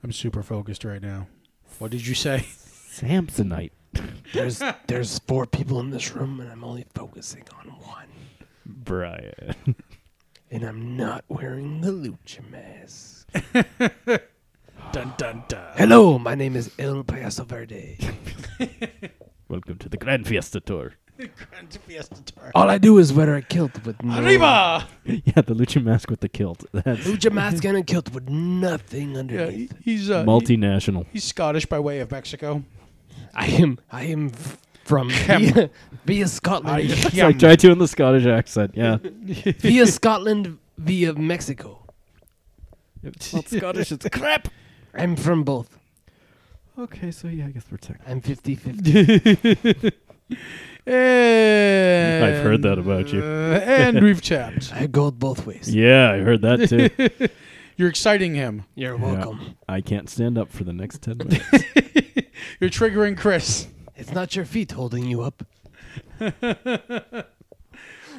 Speaker 3: I'm super focused right now. What did you say? [laughs]
Speaker 5: Samsonite.
Speaker 4: There's there's four people in this room, and I'm only focusing on one,
Speaker 5: Brian.
Speaker 4: and I'm not wearing the lucha mask.
Speaker 3: Dun dun dun.
Speaker 4: Hello, my name is El Paso Verde.
Speaker 5: Welcome to the Grand Fiesta Tour.
Speaker 4: All I do is wear a kilt with no
Speaker 3: Arriba!
Speaker 5: [laughs] yeah, the lucha mask with the kilt. That's
Speaker 4: lucha mask and a kilt with nothing
Speaker 3: Yeah,
Speaker 4: underneath.
Speaker 3: he- he's uh, he-
Speaker 5: multinational.
Speaker 3: he's Scottish by way of Mexico.
Speaker 4: I am I am f- [laughs] from via, via Scotland,
Speaker 5: So [laughs] I tried doing the Scottish accent. Yeah.
Speaker 4: via [laughs] Scotland, via Mexico.
Speaker 5: Scottish. It's crap.
Speaker 4: I'm from both.
Speaker 5: Okay, so yeah, I guess we're tech.
Speaker 4: I'm
Speaker 3: [laughs]
Speaker 4: 50-50.
Speaker 3: And,
Speaker 5: I've heard that about you.
Speaker 3: uh, [laughs] and we've tapped.
Speaker 4: I go both ways.
Speaker 5: Yeah, I heard that too.
Speaker 3: [laughs] You're exciting him.
Speaker 4: You're welcome.
Speaker 5: I can't stand up for the
Speaker 3: [laughs]
Speaker 5: next 10 minutes.
Speaker 3: You're triggering Chris. [laughs]
Speaker 4: It's not your feet holding you up.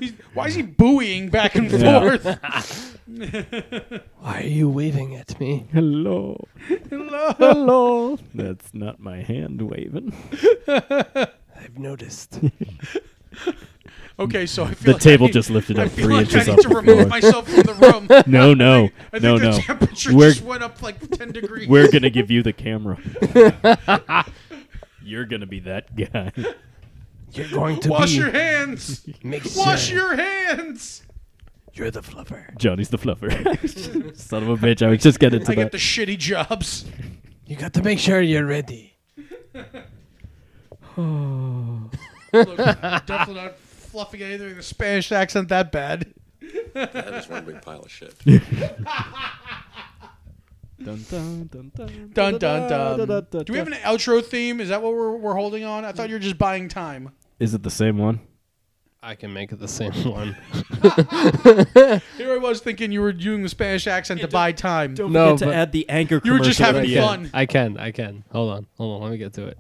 Speaker 3: He's, why is he buoying back and
Speaker 5: Yeah. [laughs]
Speaker 3: forth?
Speaker 4: Why are you waving at me?
Speaker 5: Hello.
Speaker 3: Hello.
Speaker 5: Hello. That's not my hand waving.
Speaker 4: I've noticed.
Speaker 3: Okay, so I feel
Speaker 5: The
Speaker 3: like
Speaker 5: table
Speaker 3: I,
Speaker 5: just lifted
Speaker 3: I
Speaker 5: up
Speaker 3: feel
Speaker 5: three
Speaker 3: like
Speaker 5: inches
Speaker 3: I
Speaker 5: off
Speaker 3: need to
Speaker 5: the
Speaker 3: remove
Speaker 5: [laughs] floor.
Speaker 3: myself from the room.
Speaker 5: No, no.
Speaker 3: I think
Speaker 5: no,
Speaker 3: the
Speaker 5: no.
Speaker 3: temperature
Speaker 5: We're-
Speaker 3: just went up like
Speaker 5: [laughs]
Speaker 3: 10 degrees.
Speaker 5: We're going to give you the camera.
Speaker 3: [laughs]
Speaker 5: You're going to be that guy.
Speaker 4: You're going to
Speaker 3: Wash
Speaker 4: be
Speaker 3: your
Speaker 5: [laughs]
Speaker 3: hands.
Speaker 4: make
Speaker 3: Wash
Speaker 4: sure
Speaker 3: your hands.
Speaker 4: You're the fluffer.
Speaker 5: Johnny's the
Speaker 3: [laughs]
Speaker 5: fluffer. Son of a bitch. I was just getting
Speaker 3: I
Speaker 5: to
Speaker 3: get
Speaker 5: that.
Speaker 3: the shitty jobs.
Speaker 4: You got to make sure you're ready.
Speaker 3: Look, definitely not fluffing anything with a Spanish accent that bad.
Speaker 5: [laughs] Dun, dun, dun, dun,
Speaker 3: Dun dun dun. Do we have an outro theme? Is that what we're, we're holding on? I thought you were just buying time.
Speaker 5: Is it the same one?
Speaker 4: I can make it the same [laughs] one.
Speaker 3: Here I was thinking you were doing the Spanish accent to buy time.
Speaker 5: Don't
Speaker 4: No,
Speaker 5: forget to
Speaker 4: but-
Speaker 5: add the anchor
Speaker 3: You were just
Speaker 5: commercial at
Speaker 3: having
Speaker 5: the
Speaker 4: Yeah,
Speaker 5: end.
Speaker 3: fun.
Speaker 4: I can. I can. Hold on. Hold on. Let me get to it.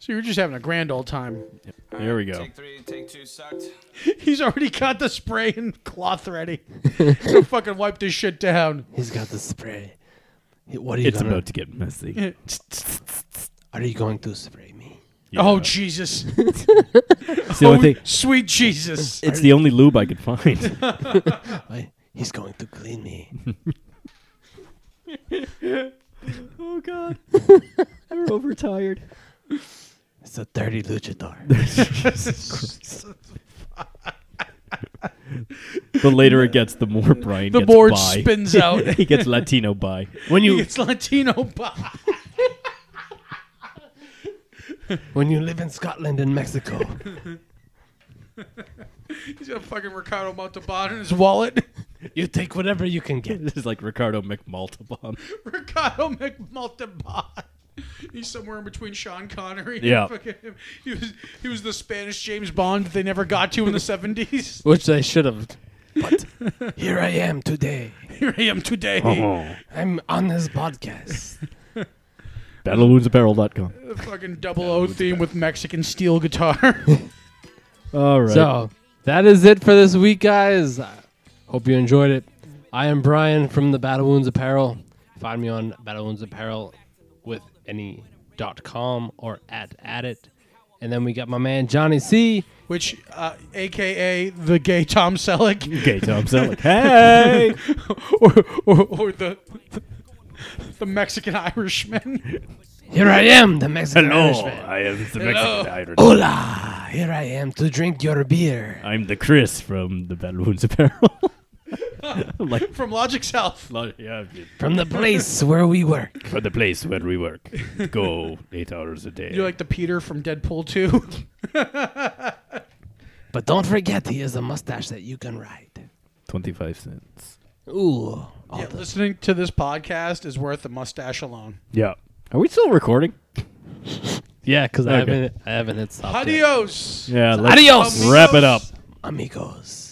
Speaker 3: So you're just having a grand old time. [laughs]
Speaker 5: There we go.
Speaker 1: Take three, take two, sucked.
Speaker 3: He's already got the spray and cloth ready.
Speaker 5: [laughs]
Speaker 3: to fucking wipe this shit down.
Speaker 4: He's got the spray. Hey, What are you
Speaker 5: It's
Speaker 4: gonna-
Speaker 5: about to get messy.
Speaker 4: Are you going to spray me?
Speaker 3: Oh Jesus!
Speaker 5: It's the only
Speaker 3: Oh, [laughs]
Speaker 5: thing.
Speaker 3: sweet Jesus!
Speaker 5: It's the only lube I
Speaker 3: [laughs]
Speaker 5: could find.
Speaker 4: Why? He's going to clean me.
Speaker 7: Oh [laughs] God, we're overtired.
Speaker 4: It's a dirty luchador.
Speaker 5: The later it gets, the more Brian
Speaker 3: The
Speaker 5: gets
Speaker 3: board
Speaker 5: bi.
Speaker 3: spins out.
Speaker 5: [laughs]
Speaker 3: [laughs]
Speaker 5: he gets Latino by.
Speaker 4: [laughs]
Speaker 5: [laughs]
Speaker 4: when [laughs] you
Speaker 3: It's Latino pie.
Speaker 4: when you live in Scotland and Mexico,
Speaker 3: He's got fucking Ricardo Montalban in his wallet. [laughs]
Speaker 4: you take whatever you can get.
Speaker 5: This is like Ricardo McMaltabon.
Speaker 3: Ricardo McMultibot. He's somewhere in between Sean Connery. and
Speaker 5: Yeah.
Speaker 3: fucking him. He was he was the Spanish James Bond that they never got to in the [laughs]
Speaker 4: [laughs]
Speaker 3: seventies.
Speaker 4: Which I should have. But here I am today.
Speaker 5: [laughs] Oh.
Speaker 3: Here I am today.
Speaker 4: I'm on this podcast.
Speaker 5: Battlewoundsapparel.com.
Speaker 3: The fucking double O theme with Mexican steel guitar. [laughs]
Speaker 5: All right.
Speaker 4: [laughs] So that is it for this week, guys. I hope you enjoyed it. I am Brian from the Battle Wounds Apparel. Find me on Battle Wounds Apparel with any dot com or at at it. And then we got my man Johnny C.
Speaker 3: which, uh, aka the gay Tom Selleck, [laughs]
Speaker 5: okay, [laughs] Tom Selleck. Hey!
Speaker 3: or, or, or the the Mexican Irishman. [laughs]
Speaker 4: Here I am, the Mexican Irishman.
Speaker 5: I am the Mexican Irishman.
Speaker 4: Hola, here I am to drink your beer.
Speaker 5: [laughs] I'm the Chris from the Battle Wounds Apparel. [laughs]
Speaker 3: From Logic South.
Speaker 5: yeah,
Speaker 4: From the place where we work.
Speaker 5: [laughs] for the place where we work. [laughs] Go eight hours a day.
Speaker 3: You're like the Peter from Deadpool [laughs] 2.
Speaker 4: But don't forget, he has a mustache that you can ride.
Speaker 5: 25 cents.
Speaker 4: Ooh. all
Speaker 3: yeah,
Speaker 4: the-
Speaker 3: listening to this podcast is worth a mustache alone.
Speaker 5: Yeah. Are we still recording?
Speaker 4: yeah, because I
Speaker 5: Okay.
Speaker 4: haven't I haven't hit stop. yet.
Speaker 3: Adios.
Speaker 5: Yeah,
Speaker 4: Adios.
Speaker 5: wrap it up.
Speaker 4: amigos.